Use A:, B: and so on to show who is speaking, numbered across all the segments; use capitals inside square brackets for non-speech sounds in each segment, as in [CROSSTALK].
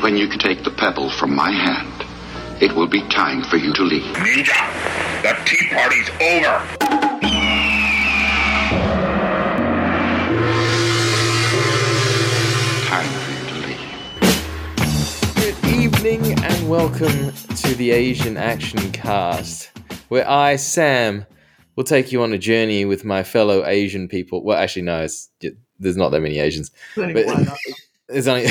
A: When you take the pebble from my hand, it will be time for you to leave.
B: Ninja, the tea party's over.
A: Time for you to leave.
C: Good evening and welcome to the Asian Action Cast, where I, Sam, will take you on a journey with my fellow Asian people. Well, actually, no, it's, there's not that many Asians. But [LAUGHS] it's only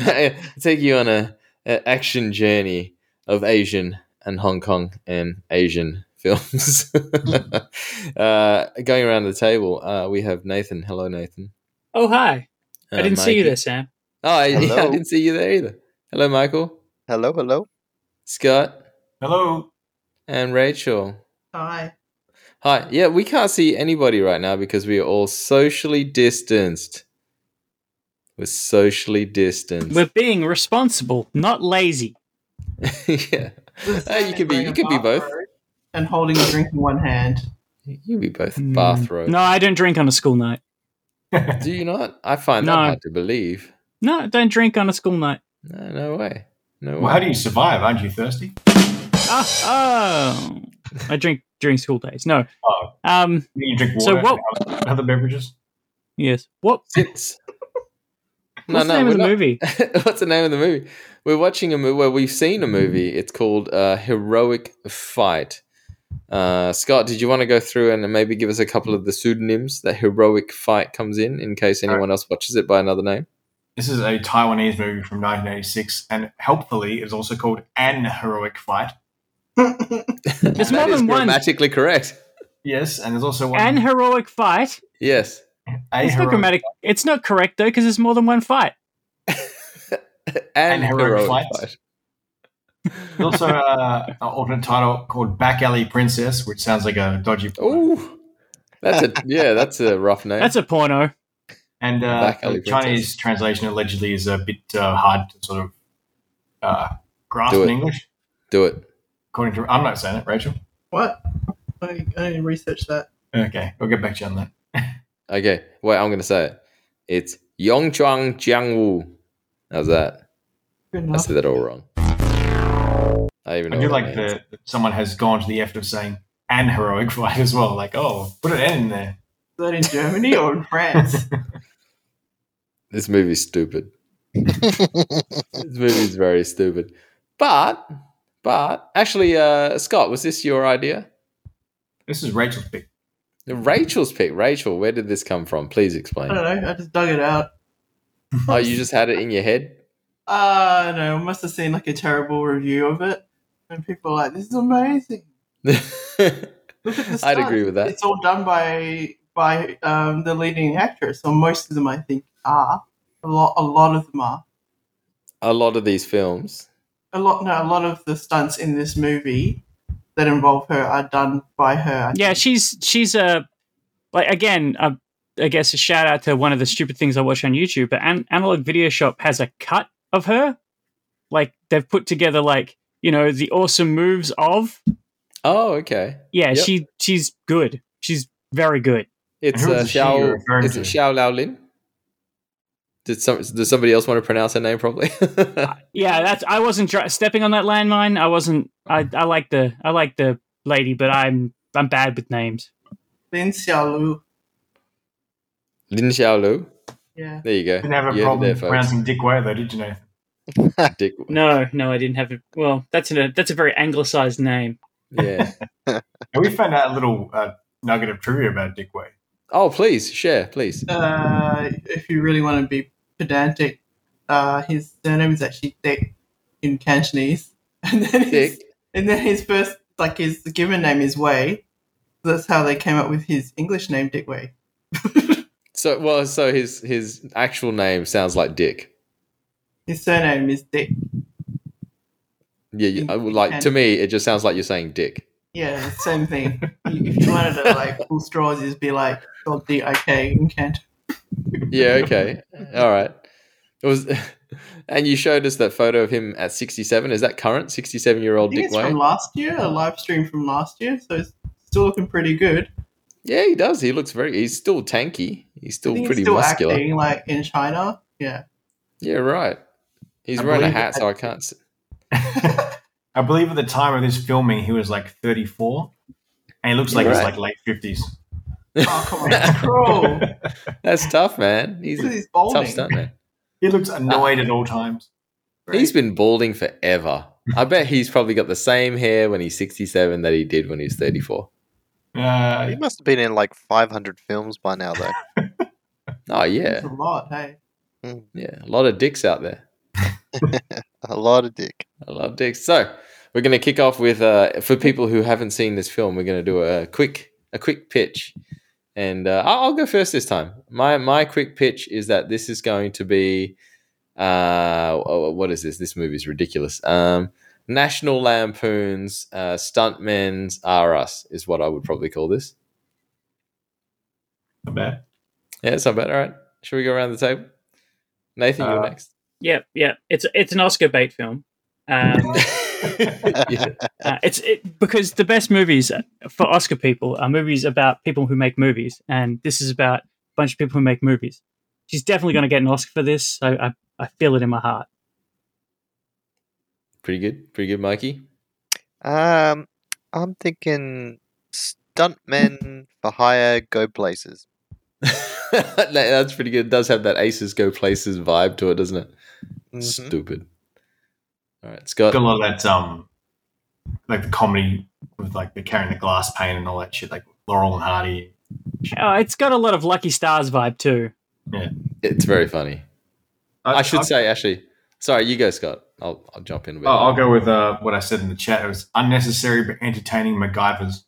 C: I [LAUGHS] take you on a, a action journey of Asian and Hong Kong and Asian [LAUGHS] films. uh, going around the table, uh, we have Nathan. Hello, Nathan.
D: Oh hi!
C: Uh,
D: I didn't see you
C: Mikey.
D: there, Sam.
C: Oh, I, [LAUGHS] yeah, I
E: Hello.
C: didn't see you there either. Hello, Michael,
E: Hello, hello.
C: Scott,
F: Hello.
C: and Rachel.
G: Hi.
C: Hi. Yeah, we can't see anybody right now because we are all socially distanced. We're socially distanced.
D: We're being responsible, not lazy.
C: [LAUGHS] yeah. Uh, you could be. You could be both.
G: And holding a drink in one hand.
C: You be both
D: Mm.
C: bathrobe.
D: No, I don't drink on a school night.
C: Do you not? I find that
D: No.
C: hard to believe.
D: No, I don't drink on a school night.
C: No, no way. No way.
F: Well, how do you survive? Aren't you thirsty?
D: Oh, oh. I drink during school days. No.
F: Oh.
D: Um.
F: I mean, You drink water
D: So what-
F: and other- other beverages?
D: Yes. What?
C: It's-
D: What's the name
C: we're
D: of the
C: not- [LAUGHS]
D: movie?
C: What's the name of the movie? We're watching a movie. Well, we've seen a movie. It's called uh, Heroic Fight. Uh, Scott, did you want to go through and maybe give us a couple of the pseudonyms that Heroic Fight comes in, in case anyone else watches it by another name?
F: This is a Taiwanese movie from 1986, and helpfully is also called An Heroic Fight.
D: There's more
C: That is
D: than one.
C: grammatically correct.
F: Yes, and there's also one.
D: An heroic fight.
C: Yes.
F: a
D: It's not
F: heroic,
D: grammatic. It's not correct though, because there's more than one fight.
C: And,
F: And Heroic
C: Heroic
F: Fight.
C: Fight.
F: There's also uh, an alternate title called Back Alley Princess, which sounds like a dodgy. porno.
C: Ooh. That's a yeah, that's a rough name.
D: That's a porno.
F: And uh,
C: Back Alley
F: the Chinese
C: Princess.
F: translation allegedly is a bit uh, hard to sort of uh, grasp
C: Do
F: in
C: it.
F: English,
C: Do it.
F: according to. I'm not saying it, Rachel.
G: What? I, I need to research that.
F: Okay, we'll get back to you on that.
C: Okay. Wait, I'm gonna say it. It's Yongchuang Jiangwu. How's that?
G: Good
C: I
G: enough.
C: said that all wrong. I even know
F: I do
C: what
F: like
C: that means.
F: the that someone has gone to the effort of saying an heroic [LAUGHS] fight as well. Like, oh, put an N in there.
G: Is that in Germany or
C: [LAUGHS]
G: in France?
C: this movie's stupid. this movie's very stupid. But but actually, uh, Scott, was this your idea?
F: This is Rachel's pick.
C: Rachel's pick. Rachel, where did this come from? Please
G: I
C: explain.
G: don't know. I just dug it out.
C: Oh, you just had it in your head? [LAUGHS]
G: Uh, no, I must have seen like a terrible review of it. And people are like, this is amazing. Look at the
C: I'd
G: stunts.
C: agree with that.
G: It's all done by by um, the leading actress, or most of them, I think, are. A lot, a lot of them are.
C: A lot of these films.
G: A lot, no, a lot of the stunts in this movie that involve her are done by her.
D: Yeah, she's she's a like again. uh, I guess a shout out to one of the stupid things I watch on YouTube. But An- Analog Video Shop has a cut of her. Like they've put together like you know the awesome moves of.
C: Oh, okay.
D: Yeah,
C: Yep.
D: she she's good. She's very good.
C: It's
F: Who
C: uh,
F: is she you're
C: Xiao.
F: referring
C: Is it
F: to?
C: Xiao Lao Lin? Did some? Does somebody else want to pronounce her name properly? [LAUGHS]
D: Yeah, that's. I wasn't dr- stepping on that landmine. I wasn't. I I like the I like the lady, but I'm I'm bad with names.
G: Lin Xiaolu.
C: Lin Xiao Lu.
G: Yeah.
C: There you go.
F: Didn't have
C: You heard
F: a
C: it
F: problem
C: there, folks.
F: pronouncing Dick Way though, did you know?
C: Dick.
D: No, no, I didn't have it. Well, that's a that's a very anglicized name.
C: Yeah.
F: And we found out a little uh, nugget of trivia about Dick Way.
C: Oh, please share, please.
G: Uh, if you really want to be pedantic, uh, his surname is actually Dick in Cantonese, [LAUGHS] and then his,
C: Dick.
G: and then his first like his given name is Wei. That's how they came up with his English name, Dick Wei.
C: So well, so his his actual name sounds like Dick.
G: His surname is Dick.
C: Yeah, you, I would like to me, it just sounds like you're saying Dick.
G: Yeah, same thing. if you wanted to like pull straws, it'd be like spelled D I K in Canton.
C: Yeah. Okay. All right. It was, [LAUGHS] and you showed us that photo of him at 67. Is that current 67 year
G: I
C: old
G: think
C: Dick
G: it's
C: Wayne?
G: from last year, a live stream from last year, so it's still looking pretty good.
C: Yeah, he does. He looks very. He's still tanky. He's
G: I
C: still
G: think
C: pretty
G: he's still
C: muscular. [LAUGHS]
G: acting like in China. Yeah.
C: Yeah, right. He's
F: I
C: wearing a
F: believe
C: hat,
F: that-
C: so I can't. See.
F: I believe at the time of this filming, he was like 34, and he looks like he's
C: Right.
F: like late 50s.
G: Oh, come on, it's cruel.
C: That's tough, man. He's
G: Because
C: a
G: he's balding.
C: tough stuntman.
F: He looks annoyed at all times.
G: right?
C: He's been balding forever. I bet he's probably got the same hair when he's 67 that he did when he was 34.
F: Uh,
E: He must have been in like 500 films by now, though.
C: Oh,
G: It's
C: yeah.
G: a lot, hey.
C: Yeah. A lot of dicks out there.
E: a lot of dick.
C: I love dicks. So we're going to kick off with uh, for people who haven't seen this film, we're going to do a quick a quick pitch, and uh, I'll, I'll go first this time. My my quick pitch is that this is going to be uh, oh, what is this? This movie is ridiculous. Um, National Lampoon's uh, Stuntmen's R Us is what I would probably call this.
F: not bad.
C: Yeah, it's not bad. All right, should we go around the table? Nathan, you're
F: Uh,
C: next.
D: Yep, yep. It's it's an Oscar bait film. Um,
C: Yeah.
D: uh, it's it, because the best movies for Oscar people are movies about people who make movies, and this is about a bunch of people who make movies. She's definitely going to get an Oscar for this. So I, I feel it in my heart.
C: [LAUGHS] Pretty good, pretty good, [LAUGHS] Mikey.
E: Um, I'm thinking stuntmen for hire go places.
C: That- That's pretty good. It does have that aces go places vibe to it, doesn't it?
E: Mhm.
C: Stupid. All right, Scott.
F: Got a lot of that, um, like the comedy with like the carrying the glass pane and all that shit, like Laurel and Hardy.
D: Oh, it's got a lot of Lucky Stars vibe too.
C: It's very funny. I, should say, actually. Sorly, you go, Scott. I'll, I'll jump in a bit.
F: Oh, I'll go with uh, what I said in the chat. It was unnecessary but entertaining MacGyvers.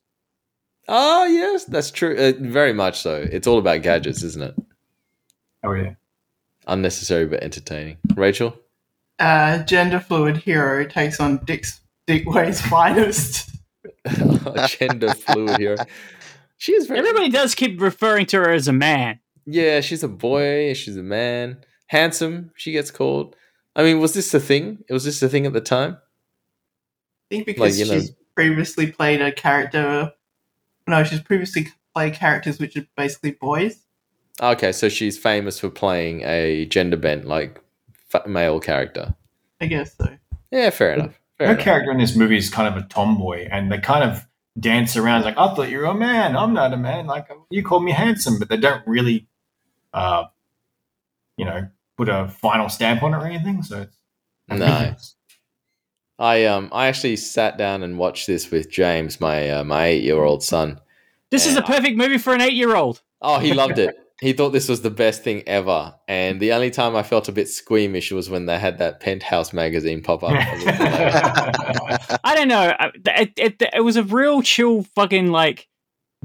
C: Ah, yes, that's true. Uh, very much so. It's all about gadgets, isn't it?
F: Oh yeah,
C: Unnecessary but entertaining. Rachel? [LAUGHS]
G: Uh, gender fluid hero takes on Dick's Dickway's finest. [LAUGHS]
C: Gender fluid hero. She is very.
D: Everybody does keep referring to her as a man.
C: Yeah, she's a boy. She's a man. Handsome, she gets called. I mean, was this the thing? Was this the thing at the time?
G: I think because
C: you know-
G: she's previously played a character. No, she's previously played characters which are basically boys.
C: Okay, so she's famous for playing a gender bent like f- male character.
G: I guess so.
C: Yeah, fair enough. Fair
F: her
C: enough.
F: character in this movie is kind of a tomboy, and they kind of dance around like, "I thought you were a man. I'm not a man. Like um, you call me handsome," but they don't really, uh, you know, put a final stamp on it or anything. So it's
C: [LAUGHS] No. I um I actually sat down and watched this with James, my uh, my eight year old son.
D: This is
C: Yeah.
D: a perfect movie for an eight-year-old.
C: Oh, he loved it. He thought this was the best thing ever. And the only time I felt a bit squeamish was when they had that Penthouse magazine pop
F: [LAUGHS]
C: up. I was like,
D: I don't know. I- It, it, it was a real chill, fucking like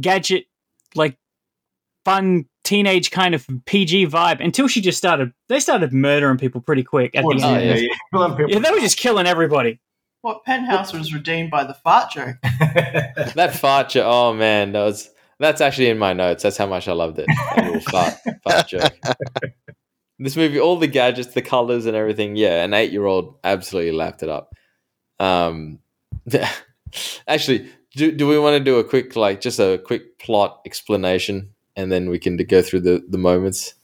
D: gadget, like fun teenage kind of PG vibe until she just started. They started murdering people pretty quick at
F: Towards
D: the
C: Oh,
D: end.
F: the end,
C: yeah.
F: a lot of people-
D: Yeah, they were just killing everybody.
G: What penthouse was redeemed by the fart joke?
C: [LAUGHS] that fart joke. Oh man, that was that's actually in my notes. That's how much I loved it. That little fart, fart joke. This movie, all the gadgets, the colors, and everything. Yeah, an eight-year-old absolutely lapped it up. Um, [LAUGHS] actually, do do we want to do a quick like just a quick plot explanation, and then we can go through the the moments.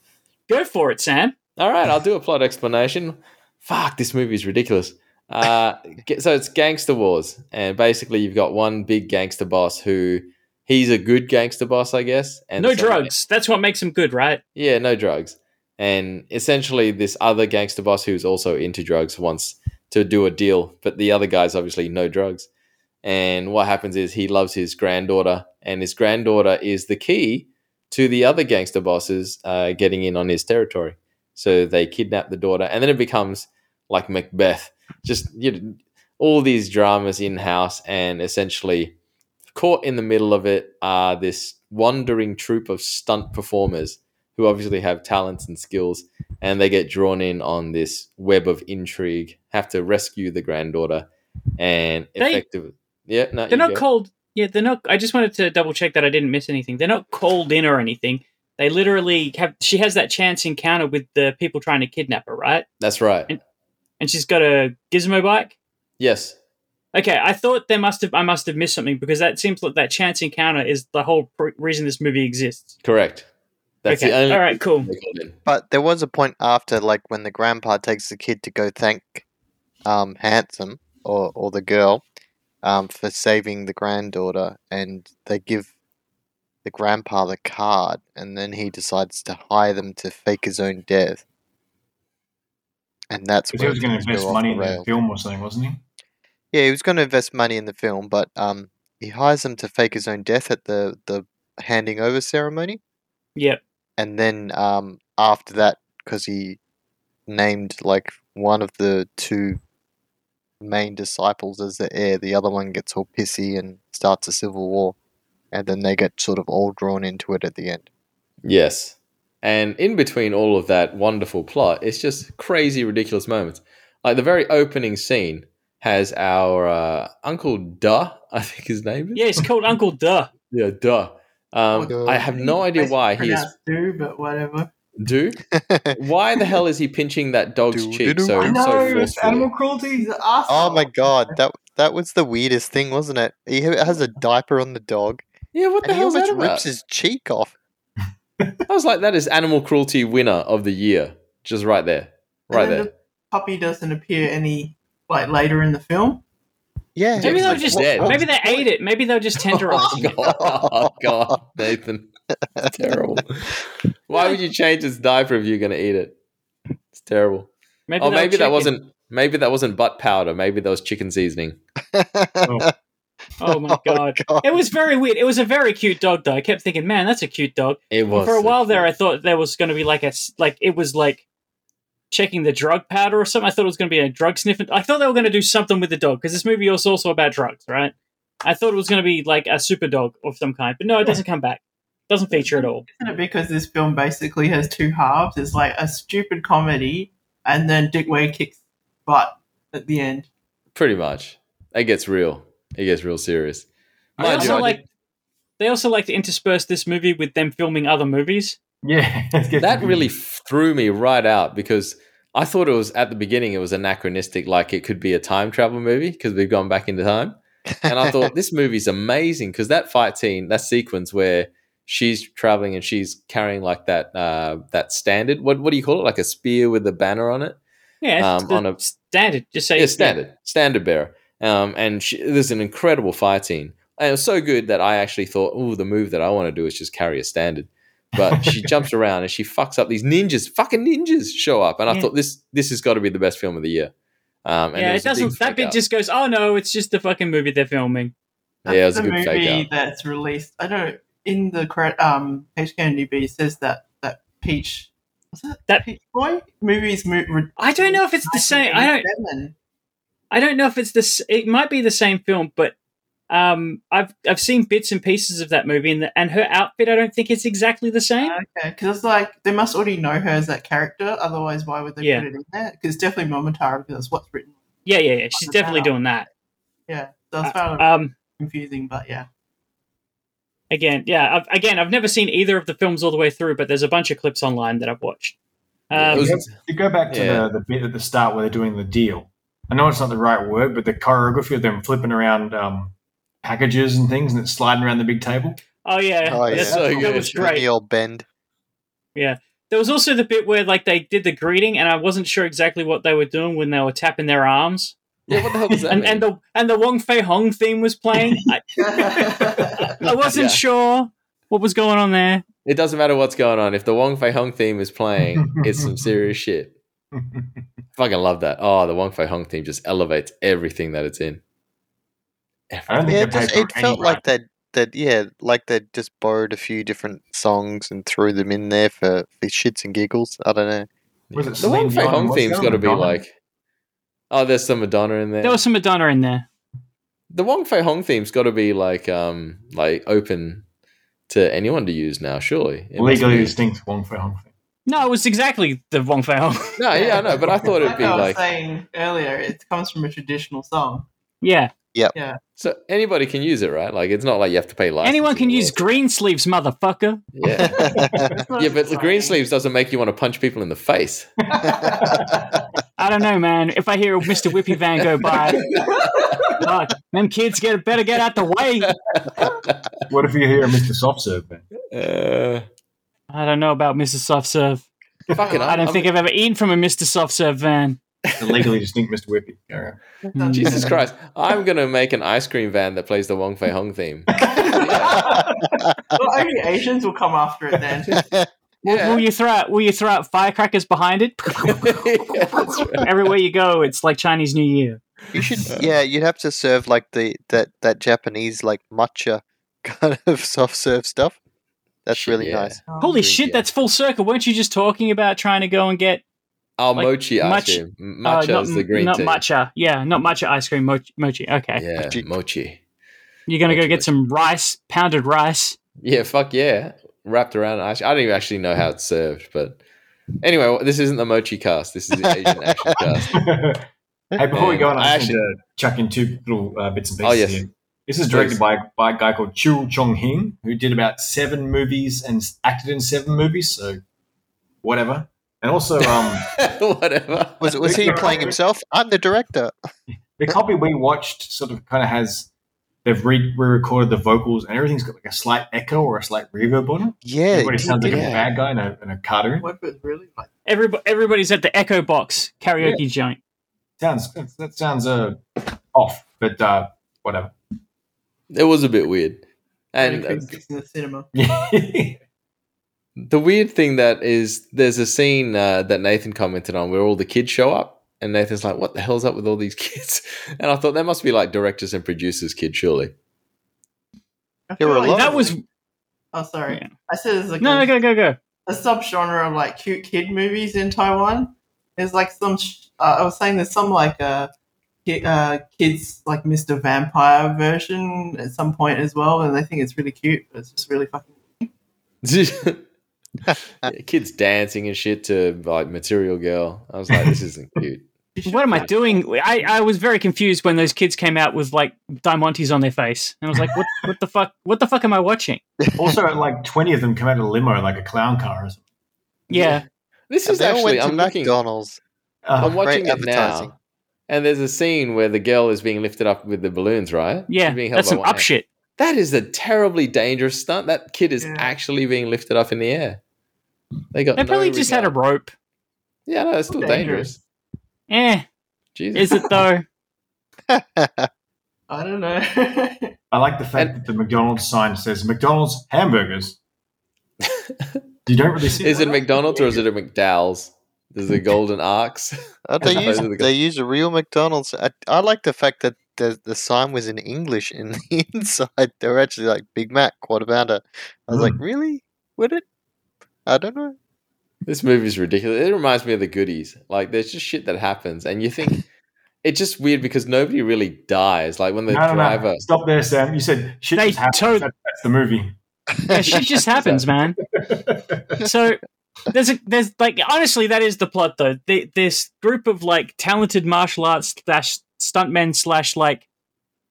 D: Go for it, Sam.
C: All right, I'll do a plot explanation. Fuck, this movie is ridiculous. Uh, [LAUGHS] get- so it's gangster wars, and basically you've got one big gangster boss who he's a good gangster boss, I guess. And
D: no
C: so-
D: drugs. That's what makes them good, right?
C: Yeah, no drugs. And essentially, this other gangster boss who's also into drugs wants to do a deal, but the other guy's obviously no drugs. And what happens is he loves his granddaughter, and his granddaughter is the key to the other gangster bosses uh, getting in on his territory. So they kidnap the daughter, and then it becomes like Macbeth, just you know, all these dramas in house, and essentially caught in the middle of it are this wandering troupe of stunt performers who obviously have talents and skills, and they get drawn in on this web of intrigue, have to rescue the granddaughter, and
D: They-
C: effectively, yeah, no, Uh, you
D: They're not
C: go.
D: called. Yeah, they're not. I just wanted to double check that I didn't miss anything. They're not called in or anything. They literally have. She has that chance encounter with the people trying to kidnap her, right?
C: That's right.
D: And she's got a gizmo bike.
C: Yes.
D: Okay, I thought there must have I must have missed something because that seems like that chance encounter is the whole pr- reason this movie exists.
C: Correct. That's the
D: Okay.
C: only
D: All right, cool.
C: they called in.
E: But there was a point after, like when the grandpa takes the kid to go thank um, Handsome or, or the girl um, for saving the granddaughter, and they give the grandpa the card, and then he decides to hire them to fake his own death. And that's
F: Because he
E: where
F: was going to
E: things go
F: invest
E: off
F: money
E: the
F: in
E: rails.
F: the film or something, wasn't he? [LAUGHS]
E: Yeah, he was going to invest money in the film, but um, he hires them to fake his own death at the, the handing over ceremony
D: Yep.
E: and then um, after that, because he named like one of the two main disciples as the heir, the other one gets all pissy and starts a civil war, and then they get sort of all drawn into it at the end.
C: Yes. And in between all of that wonderful plot, it's just crazy, ridiculous moments. Like the very opening scene has our uh, Uncle Duh, [LAUGHS] I think his name is.
D: Yeah, it's called
C: [LAUGHS]
D: Uncle Duh.
C: Yeah, Duh. Um,
E: Duh.
C: I have no idea why he is.
G: do, but whatever.
C: Do? Why the hell is he pinching that dog's
E: Doo-doo-doo.
C: cheek so,
E: I
C: so forcefully?
F: cruelty.
G: He's an
E: [LAUGHS] oh my
C: [LAUGHS]
G: arsehole.
E: god, that that was the weirdest thing, wasn't it? He ha- has a diaper on the dog,
C: Yeah, what the
E: and he
C: hell is
E: almost
C: that
E: rips
C: about?
E: his cheek off.
C: I was like, that is animal cruelty winner of the year, just right there,
G: And
C: right
G: then
C: there.
G: the puppy doesn't appear any like later in the film.
E: Yeah,
C: Oh,
D: Maybe
C: it's
D: they'll
C: like
D: just
C: dead.
D: maybe they ate it. Maybe
C: [LAUGHS]
D: they'll just tenderize it.
C: God, oh, [LAUGHS] God, Nathan, it's terrible. Why would you change its diaper if you're going to eat it? It's terrible.
D: Maybe
C: oh,
D: they'll
C: maybe
D: check
C: that
D: it.
C: wasn't. Maybe that wasn't butt powder. Maybe that was chicken seasoning.
D: [LAUGHS] Oh my
E: [LAUGHS] Oh,
D: god.
E: God.
D: It was very weird. It was a very cute dog though. I kept thinking, man, that's a cute dog.
C: It
D: And
C: was
D: for a while there,
C: I,
D: I thought there was going to be like a s- like it was like checking the drug powder or something. I thought it was going to be a drug sniffing. I thought they were going to do something with the dog because this movie was also about drugs, right? I thought it was going to be like a super dog of some kind, but no, it doesn't come back. Doesn't feature at all.
G: Isn't it because this film basically has two halves? It's like a stupid comedy, and then Dick Wade kicks butt at the end.
C: pretty much. It gets real. It gets real serious.
D: They
C: Mind you,
D: also
C: I
D: like
C: did-
D: they also like to intersperse this movie with them filming other movies.
F: Yeah, it's getting
C: that really
F: confusing.
C: threw me right out because I thought it was at the beginning. It was anachronistic, like it could be a time travel movie because we've gone back into time. and I thought this movie's amazing because that fight scene, that sequence where she's traveling and she's carrying like that uh, that standard. What what do you call it? Like a spear with a banner on it.
D: Yeah, it's
C: Um,
D: the
C: on a-
D: standard. Just say
C: Yeah, standard standard bearer. Um, and she, there's an incredible fight scene, and it was so good that I actually thought, oh, the move that I want to do is just carry a standard.
D: [LAUGHS]
C: But she jumps around and she fucks up. These ninjas, fucking ninjas, show up, and I
D: Yeah.
C: thought this this has got to be the best film of the year. Um, and
D: Yeah,
C: there
D: it
C: was a big
D: doesn't. That
C: fake
D: bit
C: out.
D: just goes. Oh no, it's just the fucking movie they're filming.
C: yeah, it was
G: That's
C: a
G: the
C: good fake out.
G: movie that's released. I don't know. In the cre- um, HKNDB says that that Peach was that
D: That-
G: Peach Boy movies. Mo- re-
D: I don't know if it's the same. I don't.
G: 1987.
D: I don't know if it's this. It might be the same film, but um, I've I've seen bits and pieces of that movie, and the, and her outfit. I don't think it's exactly the same.
C: Uh,
G: Okay, because it's like they must already know her as that character. Otherwise, why would they
D: Yeah.
G: put it in there? Because definitely Momotaro, because that's what's written.
D: Yeah, yeah, yeah.
C: uh,
D: She's definitely doing that.
G: Yeah, that's found it
D: Um,
G: confusing, but
C: [LAUGHS]
G: yeah.
D: again, yeah. I've, again, I've never seen either of the films all the way through, but there's a bunch of clips online that I've watched.
C: It
D: Um,
C: was-
F: You go back to
C: Yeah.
F: the, the bit at the start where they're doing the deal. I know it's not the right word, but the choreography of them flipping around um, packages and things, and it's sliding around the
C: [LAUGHS]
F: big table.
D: oh yeah,
E: Oh, yeah.
D: That's-
C: So
D: that
C: good.
D: was
E: With
D: great.
E: the old bend.
D: There was also the bit where like they did the greeting, and I wasn't sure exactly what they were doing when they were tapping their arms,
C: Yeah, what the hell does that
D: and
C: mean?
D: and the and the Wong Fei Hong theme
C: [LAUGHS]
D: was playing. I, I wasn't
C: Yeah.
D: sure what was going on there.
C: it doesn't matter what's going on. If the Wong Fei Hong theme is playing, it's
D: [LAUGHS]
C: some serious shit. Fucking love that. Oh, the Wong Fei Hong theme just elevates everything that it's in.
F: I don't think
E: Yeah,
F: yeah,
E: it, just, it felt like that. That yeah, like they just borrowed a few different songs and threw them in there for, for shits and giggles. I don't know.
F: Was it
C: the
F: Celine
C: Wong Fei
F: Dion and
C: Hong
F: what's
C: theme's
F: that,
C: got to be
F: Madonna?
C: like, oh, there's some Madonna in there.
D: There was some Madonna in there.
C: the Wong Fei Hong theme's got to be like, um, like open to anyone to use now. Surely, It must
F: legally
C: be-
F: distinct Wong Fei Hong thing.
D: No, it was exactly the Wong Fei Hong.
C: No, yeah, I know, but I thought it'd
G: like
C: be
G: [LAUGHS] I was
C: like.
G: saying earlier, it comes from a traditional song.
D: [LAUGHS] yeah,
C: So anybody can use it, right? Like it's not like you have to pay license.
D: anyone can use green sleeves, motherfucker.
C: Yeah,
D: [LAUGHS]
G: That's
C: yeah, but the
G: exciting.
C: green sleeves doesn't make you want to punch people in the face.
D: I don't know, man. If I hear Mr. Whippy Van go by,
C: [LAUGHS]
D: fuck, them kids get better get out the way.
F: What if you hear Mr. Soft Serve then?
C: Uh,
D: I don't know about Mr. Soft Serve.
C: Fucking,
D: I don't
C: I'm-
D: think I've ever eaten from a Mr. Soft Serve van.
F: Illegally distinct Mr.
C: [LAUGHS]
F: Whippy. All right.
D: Mm.
C: Jesus Christ! I'm gonna make an ice cream van that plays the Wong Fei Hong
D: [LAUGHS]
C: theme. [LAUGHS]
G: Well, only Asians will come after
C: [LAUGHS]
G: it then.
D: Will you throw out, will you throw out firecrackers
C: [LAUGHS]
D: behind it?
C: Yeah, that's right.
D: Everywhere you go, it's like Chinese New Year.
E: You should,
F: [LAUGHS]
E: yeah. You'd have to serve like the that that Japanese like matcha [LAUGHS] kind of soft serve stuff. That's
C: Shit,
E: really
C: yeah.
E: nice.
D: Holy
E: Agreed,
D: shit,
E: yeah.
D: that's full circle. Weren't you just talking about trying to go and get
C: Our
D: Like,
C: mochi ice
D: much-
C: cream.
D: uh,
C: Matcha
D: not,
C: is the green
D: not
C: tea.
D: matcha? Yeah, not matcha ice cream. mo- Mochi. Okay,
C: Yeah,
E: Mochi.
C: mochi.
D: you're gonna go
C: Mochi,
D: get
C: mochi.
D: some rice, pounded rice.
C: Yeah, fuck yeah. Wrapped around ice. I don't even actually know how it's served, but anyway, well, this isn't the mochi cast. This is the
E: [LAUGHS]
C: Asian action cast.
F: [LAUGHS]
C: [LAUGHS]
F: hey, before we go on, I
C: I
F: just need to chuck in two little uh, bits and
C: Oh,
F: pieces
C: yes.
F: here. This is directed
C: Please.
F: by, by a guy called Chu Chong Hing, who did about seven movies and s- acted in seven movies, so whatever. And also,
C: [LAUGHS]
F: um,
C: Whatever.
E: Was was he playing himself? I'm the director.
F: the copy we watched sort of kind of has they've re- re-recorded the vocals and everything's got like a slight echo or a slight reverb on it.
E: Yeah,
F: Everybody sounds like
E: yeah.
F: a bad guy in a, in a cartoon.
G: What if it's really like
D: Everybody, everybody's at the Echo Box karaoke joint.
F: Sounds that, that sounds uh, off, but uh, whatever. [LAUGHS]
C: It was a bit weird. And uh,
G: Christmas in the cinema?
C: the weird thing that is, there's a scene uh, that Nathan commented on where all the kids show up, and Nathan's like, "What the hell's up with all these kids?" [LAUGHS] And I thought that must be like directors and producers' kid, surely. [LAUGHS]
G: I
E: There
G: feel
E: were a lot
D: That was
G: Oh, sorry.
D: Yeah.
G: I said it's like
D: no,
G: a,
D: no, go, go, go.
G: a subgenre of like cute kid movies in Taiwan. There's like some. Sh- uh, I was saying there's some like uh, ki- uh, kids like Mr. Vampire version at some point as well, and I think it's really cute. But it's just really fucking.
C: Yeah, kids dancing and shit to like Material Girl. I was like, "This isn't cute."
D: What am I doing? I, I was very confused when those kids came out with like diamantes on their face, and I was like, what, [LAUGHS] what the fuck? What the fuck am I watching?
F: also, like twenty of them come out of a limo like a clown car or something.
D: Yeah,
C: This
E: And
C: is
E: they all
C: actually
E: went to
C: I'm looking.
E: McDonald's.
F: Uh,
C: I'm watching
E: Oh, Great
C: it
E: advertising.
C: now, and there's a scene where the girl is being lifted up with the balloons, right?
D: yeah,
C: She's being held
D: that's
C: by
D: some
C: one
D: up
C: hand.
D: shit.
C: That is a terribly dangerous stunt. That kid is
G: Yeah.
C: actually being lifted up in the air. They got.
D: They
C: no
D: probably just had a
C: regard.
D: rope.
C: Yeah, no, it's still dangerous.
D: Eh,
C: Jesus.
D: is it though?
G: I don't know. [LAUGHS]
F: I like the fact that the McDonald's sign says McDonald's
C: [LAUGHS]
F: hamburgers. you don't really
C: [LAUGHS]
F: see.
C: Is it McDonald's or is it a McDowell's? There's the Golden Arcs. [LAUGHS]
E: Uh, they
C: Those
E: use
C: are the
E: they use a real McDonald's. I, I like the fact that the the sign was in English in the [LAUGHS] inside. They were actually like Big Mac, quarter pounder. I was like,
C: Hmm.
E: really? Would it? I don't know.
C: This movie's ridiculous. It reminds me of the goodies. Like there's just shit that happens, and you think [LAUGHS] it's just weird because nobody really dies. Like when the
F: no, no,
C: driver. [LAUGHS]
F: no. Stop there, Sam. You said shit
D: They
F: just happens.
D: told-
F: That- that's the movie.
D: yeah, shit just happens, man. So there's a there's like honestly that is the plot though. The, this group of like talented martial arts slash stuntmen slash like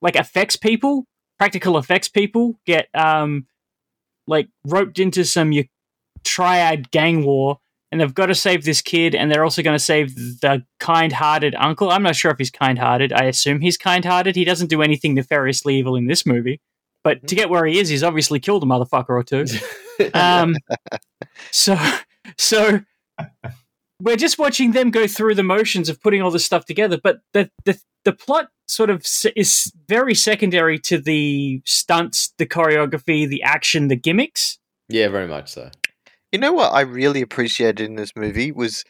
D: like effects people, practical effects people get um like roped into some y- triad gang war, and they've got to save this kid, and they're also going to save the kind-hearted uncle. I'm not sure if he's kind-hearted. I assume he's kind-hearted. He doesn't do anything nefariously evil in this movie. But to get where he is, he's obviously killed a motherfucker or two. Um, so, so we're just watching them go through the motions of putting all this stuff together. But the the, the plot sort of se- is very secondary to the stunts, the choreography, the action, the gimmicks.
C: yeah, very much so.
E: You know what I really appreciated in this movie was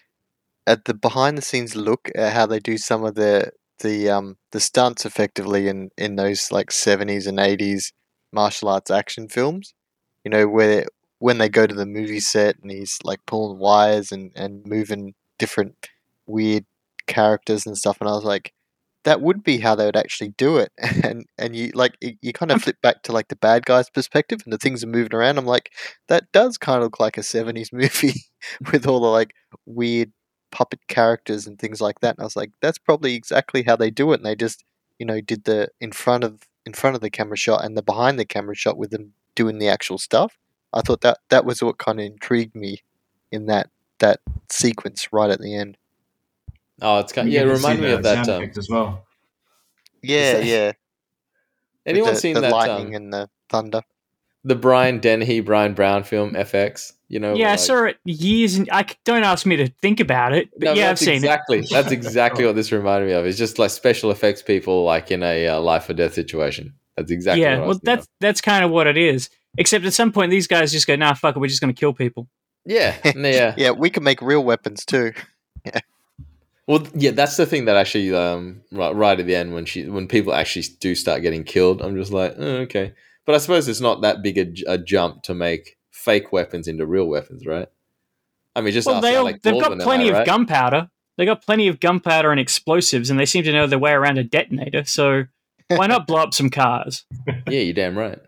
E: at the behind the scenes look at how they do some of the the um the stunts effectively in in those like 70s and 80s martial arts action films. You know where when they go to the movie set and he's like pulling wires and and moving different weird characters and stuff and I was like that would be how they would actually do it [LAUGHS] and and you like y- you kind of flip back to like the bad guy's perspective and the things are moving around I'm like that does kind of look like a 70s movie [LAUGHS] with all the like weird puppet characters and things like that and i was like that's probably exactly how they do it and they just you know did the in front of in front of the camera shot and the behind the camera shot with them doing the actual stuff i thought that that was what kind of intrigued me in that that sequence right at the end
C: Oh, it's kind.
F: You
C: Yeah,
F: get
C: it
F: to
C: reminded
F: see
C: me
F: the
C: of that.
F: sound
C: Um,
F: effects as well.
E: yeah
C: that-
E: yeah with
C: anyone
E: the,
C: seen
E: the
C: that?
E: lightning
C: Um,
E: and the thunder
C: the Brian Dennehy, Brian Brown film, FX. You know,
D: yeah, I
C: like-
D: saw it years. And I c- don't ask me to think about it, but
C: No,
D: yeah, I've
C: that's
D: seen
C: exactly,
D: [LAUGHS]
C: That's exactly what this reminded me of. It's just like special effects people, like in a uh, life or death situation. That's
D: it.
C: exactly. what I
D: Yeah,
C: was
D: well,
C: thinking
D: that's that's kind of what it is. Except at some point, these guys just go, "Nah, fuck it, we're just going to kill people."
E: [LAUGHS]
C: of. yeah, yeah.
E: Yeah, we can make real weapons too.
C: Well, yeah, that's the thing that actually, um, right, right at the end when she, when people actually do start getting killed, I'm just like, oh, okay. But I suppose it's not that big a, j- a jump to make fake weapons into real weapons, right? I mean, just
D: well,
C: ask
D: they all,
C: Alec
D: they've
C: Baldwin
D: got
C: and
D: plenty
C: I,
D: of
C: right?
D: gunpowder. They got plenty of gunpowder and explosives, and they seem to know their way around a detonator.
C: [LAUGHS]
D: So why not blow up some cars?
C: Yeah, you're damn right.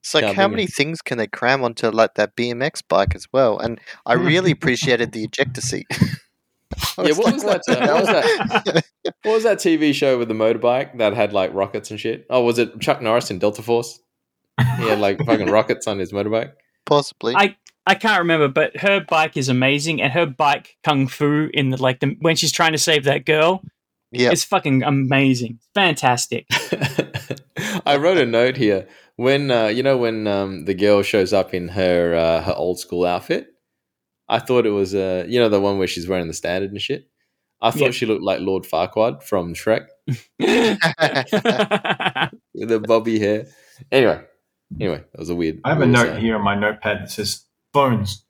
E: It's like
C: Yeah,
E: how
C: bring
E: many
C: it.
E: things can they cram onto like that BMX bike as well? And
C: [LAUGHS]
E: I really appreciated the ejector seat. [LAUGHS] I
C: Yeah, what was
E: the
C: that, uh, what was
E: hell?
C: What was that TV show with the motorbike that had like rockets and shit? Oh, was it Chuck Norris in Delta Force? He had like fucking rockets on his motorbike. [LAUGHS]
E: Possibly.
D: I- I can't remember, but her bike is amazing, and her bike kung fu in the like the when she's trying to save that girl [LAUGHS]
E: yeah.
D: is fucking amazing,
C: [LAUGHS]
D: fantastic. [LAUGHS]
C: I wrote a note here when uh, you know when um, the girl shows up in her uh, her old school outfit. I thought it was uh, you know the one where she's wearing the standard and shit. I thought
D: Yeah.
C: she looked like Lord Farquaad from Shrek with the bobby hair. Anyway, anyway, that was uh, a weird.
F: I have a
C: weird
F: note
C: aside. [LAUGHS]
F: here on my notepad that says phones.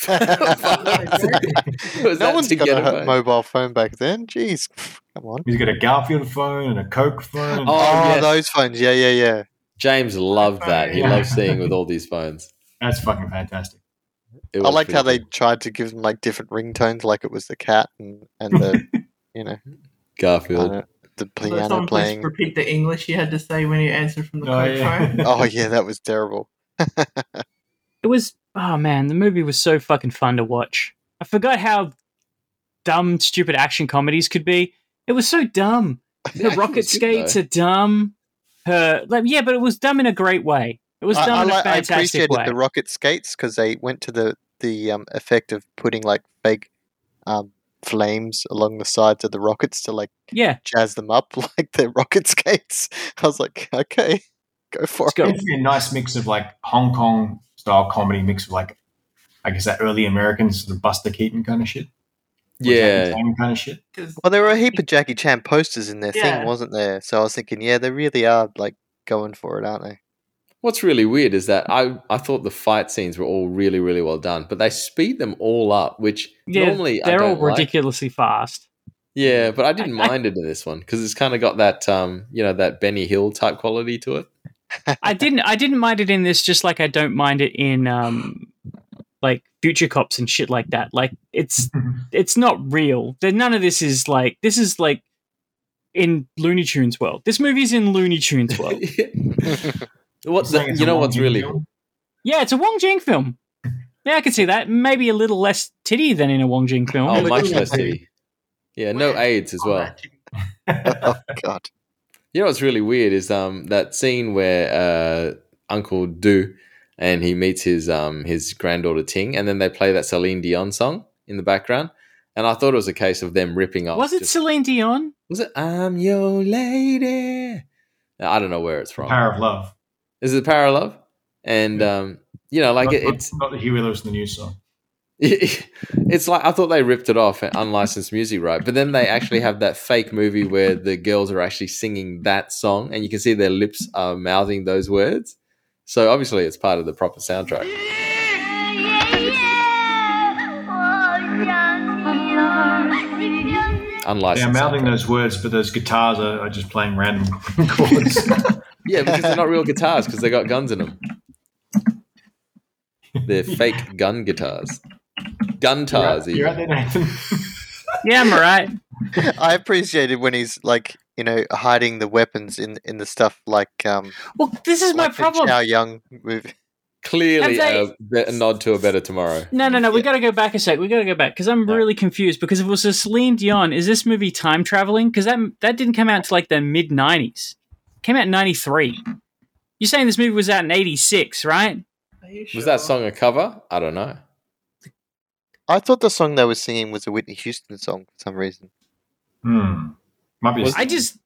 E: [LAUGHS]
C: Was
E: no
C: that
E: one's
C: to
E: got
C: get
E: a
C: away?
E: mobile phone back then. Jeez, [SIGHS] come on.
F: He's got a Garfield phone and a Coke phone.
C: Oh,
E: Oh,
C: yes.
E: those phones. Yeah, yeah, yeah.
C: James loved
D: Oh,
C: that. He
F: Yeah.
C: loved seeing
D: [LAUGHS]
C: with all these phones.
F: That's fucking fantastic.
C: It
E: I
C: was
E: liked how they
C: pretty
E: tried to give them like different ringtones, like it was the cat and and the
C: [LAUGHS]
E: you know
C: cool. Garfield.
E: uh, the
G: So
E: piano
G: someone
E: playing.
G: please repeat the English you had to say when you answered from the
F: Oh,
G: Coke
F: yeah.
C: [LAUGHS]
F: [LAUGHS]
G: phone.
E: Oh yeah, that was terrible.
D: it was oh man, the movie was so fucking fun to watch. I forgot how dumb, stupid action comedies could be. It was so dumb.
C: Yeah, [LAUGHS]
D: The
C: it
D: rocket
C: was good,
D: skates are dumb. Her, like, yeah, but it was dumb in a great way. It was
E: I,
D: dumb
E: I,
D: in
E: like-
D: a
E: I
D: fantastic
E: appreciated
D: way.
E: the rocket skates because they went to the the um, effect of putting like fake um, flames along the sides of the rockets to like
D: yeah,
E: jazz them up [LAUGHS] like the rocket skates. [LAUGHS] I was like, okay, go for
D: let's
E: it. [LAUGHS]
D: go.
F: It'd be a nice mix of like Hong Kong style comedy mixed with like, I guess that early Americans, the Buster Keaton kind of shit. or Jackie
C: Yeah.
F: Chan kind of shit.
G: 'Cause-
E: Well, there were a heap of Jackie Chan posters in their
G: Yeah.
E: thing, wasn't there? So I was thinking, yeah, they really are like going for it, aren't they?
D: [LAUGHS]
E: [LAUGHS]
C: What's really weird is that I, I thought the fight scenes were all really, really well done, but they speed them all up, which
D: [LAUGHS] Yeah,
C: normally I
D: they're all
C: don't like.
D: ridiculously fast.
C: Yeah, but I didn't
D: I- I-
C: mind it in this one because it's kind of got that, um, you know, that Benny Hill type quality to it.
D: I didn't. I didn't mind it in this, just like I don't mind it in um, like Future Cops and shit like that. Like
C: [LAUGHS]
D: it's it's not real. There- None of this is like this is like in Looney Tunes world. This movie's in Looney Tunes
C: [LAUGHS]
E: [LAUGHS]
D: world.
C: what
F: Saying
C: the,
F: it's
C: you
F: a
C: know
F: Wong
C: what's
F: Jing
C: really
F: film.
D: yeah, it's a Wong Jing film. Yeah, I can see that. Maybe a little less titty than in a Wong Jing film.
C: oh
D: but-
C: much less TV. Yeah, no AIDS as well.
E: oh God.
C: You know what's really weird is um that scene where uh, Uncle Do and he meets his um his granddaughter Ting, and then they play that Celine Dion song in the background. And I thought it was a case of them ripping
E: Oh,
C: off.
D: was it
C: just-
D: Celine Dion?
C: was it I'm Your Lady? I don't know where it's from.
F: Power of Love.
C: is it Power of Love? And um, you know, like
F: not,
C: it,
F: not-
C: it's
F: not the Huey Lewis in the News song.
C: [LAUGHS] it's like I thought they ripped it off at unlicensed music, right? But then they actually have that fake movie where the girls are actually singing that song, and you can see their lips are mouthing those words. So obviously, it's part of the proper soundtrack.
F: They're
C: Unlicensed.
F: mouthing
C: soundtrack.
F: those words, but those guitars are, are just
C: [LAUGHS]
F: playing random [LAUGHS] chords.
C: Yeah, because they're not real guitars because they got guns in them. They're fake gun guitars. Gun
F: You're out-
C: tars,
F: you're out
C: even.
F: there, Nathan. [LAUGHS]
D: Yeah, I'm alright.
E: I appreciated when he's like, you know, hiding the weapons in in the stuff like um
D: Well, this is my
E: like the
D: problem.
E: Chow Young movie.
C: Clearly,
D: Have
C: a, be- a nod to a better tomorrow.
D: No, no, no. We
E: Yeah.
D: got to go back a sec. We got to go back because I'm
C: No.
D: really confused. Because if it was a Celine Dion, is this movie time traveling? Because that that didn't come out until like the mid '90s. Came out in '93. You're saying this movie was out in '86, right?
G: Are you
C: Was that
G: sure?
C: song a cover? I don't know.
E: I thought the song they were singing was a Whitney Houston song for some reason.
F: Hmm. Might be. a-
D: I just,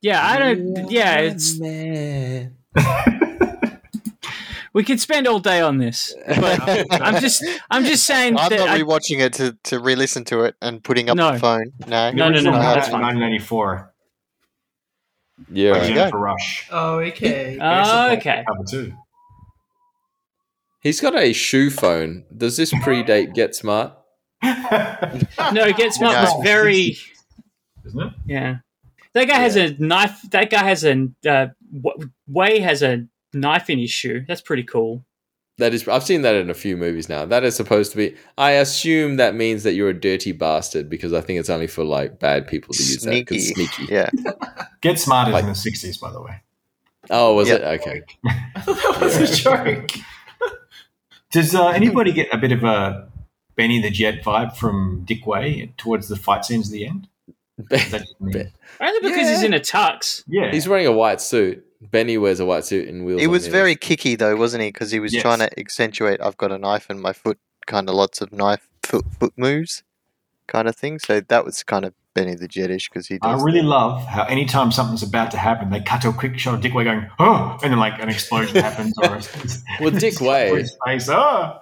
D: yeah, I don't, yeah, it's
C: Man.
D: we could spend all day on this, but [LAUGHS]
E: [LAUGHS]
D: I'm just I'm just saying
E: I'm
D: that
E: not
D: I-
E: rewatching it to, to re-listen to it and putting up
D: No.
E: the phone. No,
D: No, no, no,
E: Uh,
D: that's fine.
F: 1994.
C: [LAUGHS] Yeah.
F: by
E: Okay.
F: Jennifer Rush.
G: Oh, okay.
F: Uh,
D: okay.
F: Cover
G: [LAUGHS]
F: too.
C: He's got a shoe phone. Does this predate Get Smart?
D: No, Get Smart
E: No.
D: was very
F: Isn't it?
D: yeah. That guy has a knife. That guy has a uh, W- Way has a knife in his shoe. That's pretty cool.
C: That is, I've seen that in a few movies now. That is supposed to be. I assume that means that you're a dirty bastard because I think it's only for like bad people to use that. 'cause
E: Sneaky.
C: sneaky.
E: Yeah.
F: Get Smart is
C: Like-
F: in the 60s, by
G: [LAUGHS]
F: the way.
C: Oh, was
E: Yeah.
C: it okay?
G: that was a joke.
F: Does uh, anybody get a bit of a Benny the Jet vibe from Dick Way towards the fight scenes at the end? Is that just me?
C: Ben-
D: Only because he's
C: Yeah.
D: in a tux.
C: [LAUGHS]
F: yeah.
C: He's wearing a white suit. Benny wears a white suit and wheels.
E: He
C: on
E: was
C: wheels.
E: very kicky though, wasn't he? Because he was
F: Yes.
E: trying to accentuate. I've got a knife in my foot, kind of lots of knife foot foot moves, kind of thing. So that was kind of Benny the Jetish because he.
F: I
E: does
F: really
E: that.
F: love how anytime something's about to happen, they cut to a quick shot of Dick Way going, oh, and then like an
E: [LAUGHS]
F: explosion happens. Or
C: Well, Dick
F: [LAUGHS] or
C: Way,
F: his face, oh.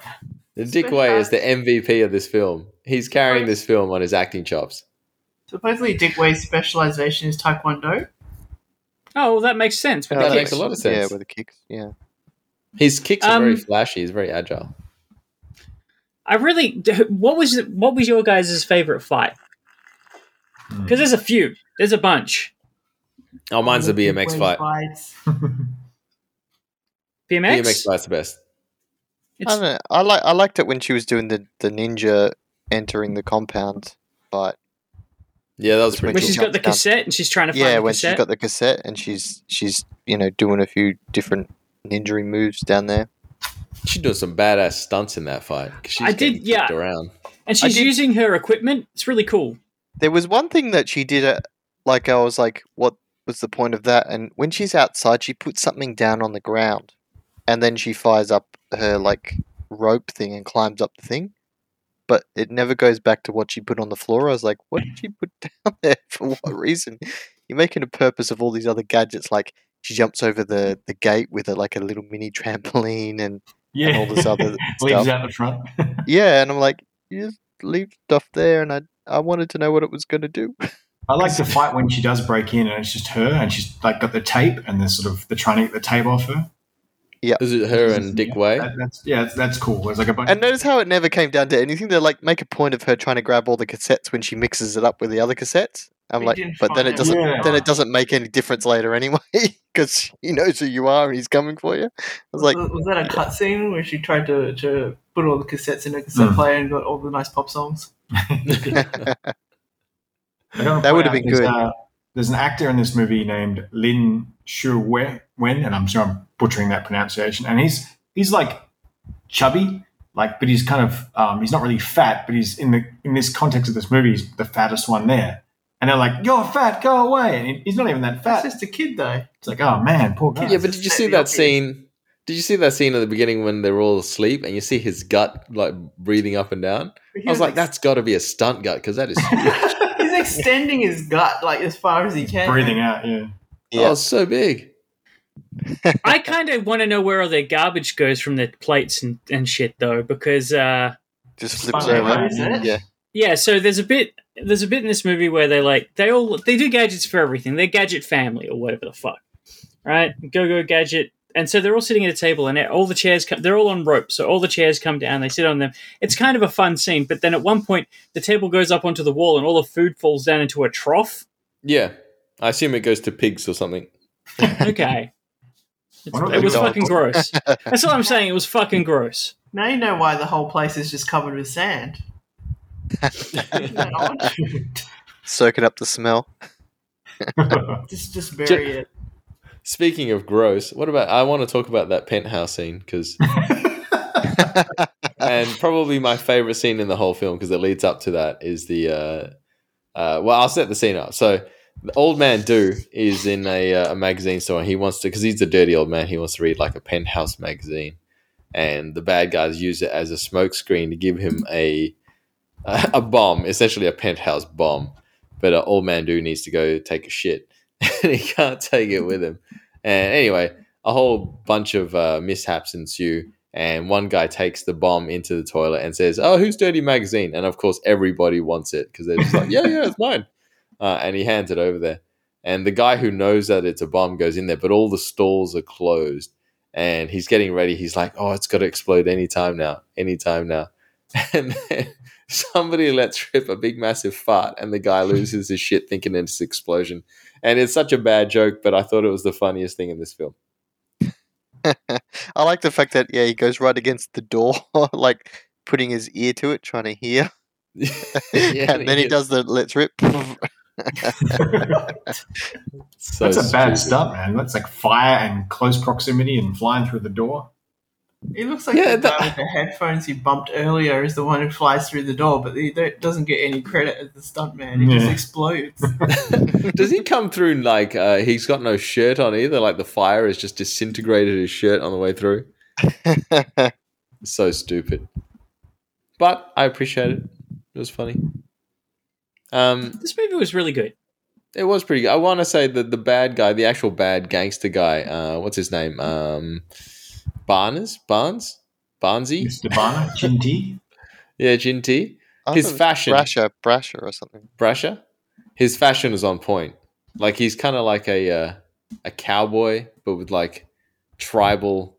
C: Dick Way is the MVP of this film. He's carrying this film on his acting chops.
G: Supposedly, Dick Way's specialization is Taekwondo.
D: Oh, well, that makes sense. with
E: Yeah,
C: That
D: the
C: makes
D: tux.
C: a lot of
E: Yeah,
C: sense.
E: with the kicks. Yeah.
C: His kicks are
D: Um,
C: very flashy. He's very agile.
D: I really. [LAUGHS] What was what was your guys' favorite fight? Because there's a few. There's a bunch.
C: Oh, mine's a
G: Dick
C: BMX
G: Way
C: fight.
G: fights.
D: BMX.
C: BMX fight's the best.
E: I
D: It's-
E: don't know. I like. I liked it when she was doing the the ninja entering the compound fight.
C: Yeah, that was pretty. cool.
E: Which
D: When
E: is-
D: she's got the
E: Jumps down.
D: cassette and she's trying to find
E: Yeah,
D: the
E: when
D: cassette.
E: she's got the cassette and she's she's you know doing a few different ninja moves down there.
C: She's doing some badass stunts in that fight. 'cause she's
D: I did-
C: getting kicked
D: yeah.
C: Around.
E: I
D: and she's
E: did-
D: using her equipment. It's
E: [LAUGHS]
D: really cool.
E: There was one thing that she did, uh, like I was like, what was the point of that? And when she's outside, she puts something down on the ground, and then she fires up her like rope thing and climbs up the thing, but it never goes back to what she put on the floor. I was like, what did she put [LAUGHS] down there for what reason? You're making a purpose of all these other gadgets, like she jumps over the the gate with a, like a little mini trampoline, and
F: Yeah. [LAUGHS]
E: all this other
F: Leaves
E: stuff.
F: out the front.
E: yeah, and I'm like, you just leave stuff there, and I I wanted to know what it was going to do.
F: I like the fight when she does break in and it's just her and she's like got the tape and they're sort of they're trying to get the tape off her.
C: Is it her and Dick Way?
F: That, that's yeah, that's, that's cool. There's like a bunch
E: And notice how it never came down to anything. They like make a point of her trying to grab all the cassettes when she mixes it up with the other cassettes. I'm
G: We
E: like,
G: didn't
E: but then
G: find
E: it doesn't.
F: Yeah.
E: Then it doesn't make any difference later anyway, [LAUGHS] because he knows who you are and he's coming for you. I was like,
G: was, was that a cutscene where she tried to, to put all the cassettes in a cassette
F: Hmm.
G: player and got all the nice pop songs?
F: I don't
E: That
F: know,
E: would have been
F: there's,
E: good.
F: uh, there's an actor in this movie named Lin Shu Wen, and I'm sure I'm butchering that pronunciation. And he's he's like chubby, like, but he's kind of um, he's not really fat, but he's in the in this context of this movie, he's the fattest one there. And they're like, "You're fat, go away!" And he- he's not even that
G: That's
F: fat.
G: just a kid, though.
F: It's like, oh man, poor guy.
C: Yeah, but did you see that scene? Did you see that scene at the beginning when they're all asleep and you see his gut like breathing up and down?
G: But he
C: I was like, that's got to be a stunt gut because that is.
G: [LAUGHS] He's extending his gut like as far as he can.
F: breathing
E: [LAUGHS]
F: out. Yeah, [LAUGHS]
C: Oh, it's so big.
D: I kind of want to know where all their garbage goes from their plates and, and shit though, because uh,
E: just
F: It's
E: flips
F: funny,
E: over.
G: is it?
E: Yeah,
D: yeah. So there's a bit there's a bit in this movie where they like they all they do gadgets for everything. They're gadget family or whatever the fuck, right? Go go gadget. And so they're all sitting at a table, and all the chairs come, they're all on rope. So all the chairs come down, they sit on them. It's kind of a fun scene, but then at one point the table goes up onto the wall, and all the food falls down into a trough.
C: Yeah, I assume it goes to pigs or something.
D: Okay.
F: Why don't
D: it
F: they
D: was
F: do
D: fucking
E: [LAUGHS]
D: gross. That's all I'm saying. It was fucking gross.
G: Now you know why the whole place is just covered with sand. Isn't that odd?
E: soaking up the smell.
G: just, just bury it.
C: Speaking of gross, what about? I want to talk about that penthouse scene because, and probably my favorite scene in the whole film because it leads up to that is the. Uh, uh, well, I'll set the scene up. So, the old man Do is in a, uh, a magazine store. And he wants to because he's a dirty old man. He wants to read like a penthouse magazine, and the bad guys use it as a smokescreen to give him a [LAUGHS] a bomb, essentially a penthouse bomb. But [LAUGHS] uh, old man Do needs to go take a shit, and he can't take it with him. And anyway, a whole bunch of uh, mishaps ensue. And one guy takes the bomb into the toilet and says, "Oh, who's dirty magazine?" And of course, everybody wants it because they're just like, "Yeah, yeah, it's mine." [LAUGHS] Uh, and he hands it over there. And the guy who knows that it's a bomb goes in there, but all the stalls are closed. And he's getting ready. He's like, "Oh, it's got to explode anytime now, anytime now." [LAUGHS] And then somebody lets rip a big, massive fart, and the guy loses his shit, thinking it's an explosion. And it's such a bad joke, but I thought it was the funniest thing in this film. [LAUGHS]
E: I like the fact that yeah, he goes right against the door, [LAUGHS] like putting his ear to it, trying to hear,
C: Yeah,
E: [LAUGHS] and then he
C: gets
E: does the let's rip. [LAUGHS]
C: [LAUGHS] so
F: That's a bad
C: stupid.
F: stunt, man. That's like fire and close proximity and flying through the door.
G: It looks like
C: Yeah,
G: the
C: that-
G: guy with the headphones you bumped earlier is the one who flies through the door, but he don't- doesn't get any credit as the stuntman. He just
F: Yeah.
G: explodes.
C: Does he come through and, like uh, he's got no shirt on either? Like the fire has just disintegrated his shirt on the way through. So stupid, but I appreciate it. It was funny. Um,
D: This movie was really good.
C: it was pretty. good. I want to say that the bad guy, the actual bad gangster guy, uh, what's his name? Um, Barnes, Barnes, Barnesy.
F: Mr. Barner, Chin T.
C: Yeah, Jin T.
E: I
C: His
E: thought it was
C: fashion.
E: Brasher, Brasher, or something.
C: Brasher, his fashion is on point. Like he's kind of like a uh, a cowboy, but with like tribal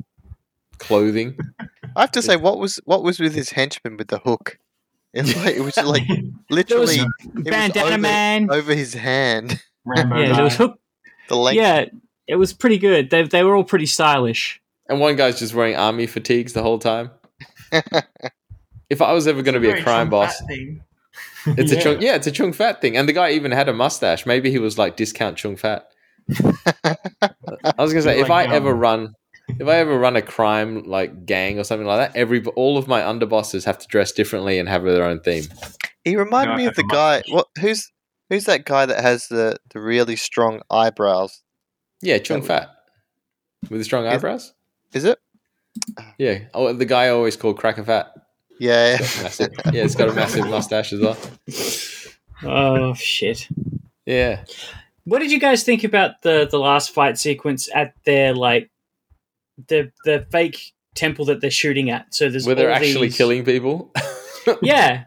C: clothing.
E: I have to say, what was what was with his henchman with the hook? [LAUGHS] It was like, it was
F: [LAUGHS]
E: like literally it was
D: Bandana
E: over,
D: Man.
E: over his hand. [LAUGHS]
F: Rambo
D: Yeah, there
F: guy.
D: was Hook.
E: The length.
D: Yeah, it was pretty good. They they were all pretty stylish.
C: And one guy's just wearing army fatigues the whole time. if I was ever going to be a
G: Very
C: crime
G: Trump
C: boss,
G: Fat thing.
C: it's a
D: Yeah.
C: chung. Yeah, it's a chung fat thing. And the guy even had a mustache. Maybe he was like discount chung fat. I was gonna say
F: He's
C: if
F: like,
C: I ever
F: um,
C: run, if I ever run a crime like gang or something like that, every all of my underbosses have to dress differently and have their own theme.
E: He reminded
F: No,
E: me
F: I
E: of the
F: have a
E: guy. What? Who's who's that guy that has the the really strong eyebrows?
C: Yeah, Chung
E: That would-
C: Fat. With strong
E: Is-
C: eyebrows?
E: Is it?
C: Yeah. Oh, the guy I always called Cracker Fat.
E: Yeah. [LAUGHS]
C: Massive.
D: [LAUGHS]
C: yeah, it's got a massive mustache as well.
D: Oh shit!
C: Yeah.
D: What did you guys think about the the last fight sequence at their like the the fake temple that they're shooting at? So there's
C: Where they're
D: all
C: actually
D: these-
C: killing people. [LAUGHS]
D: Yeah,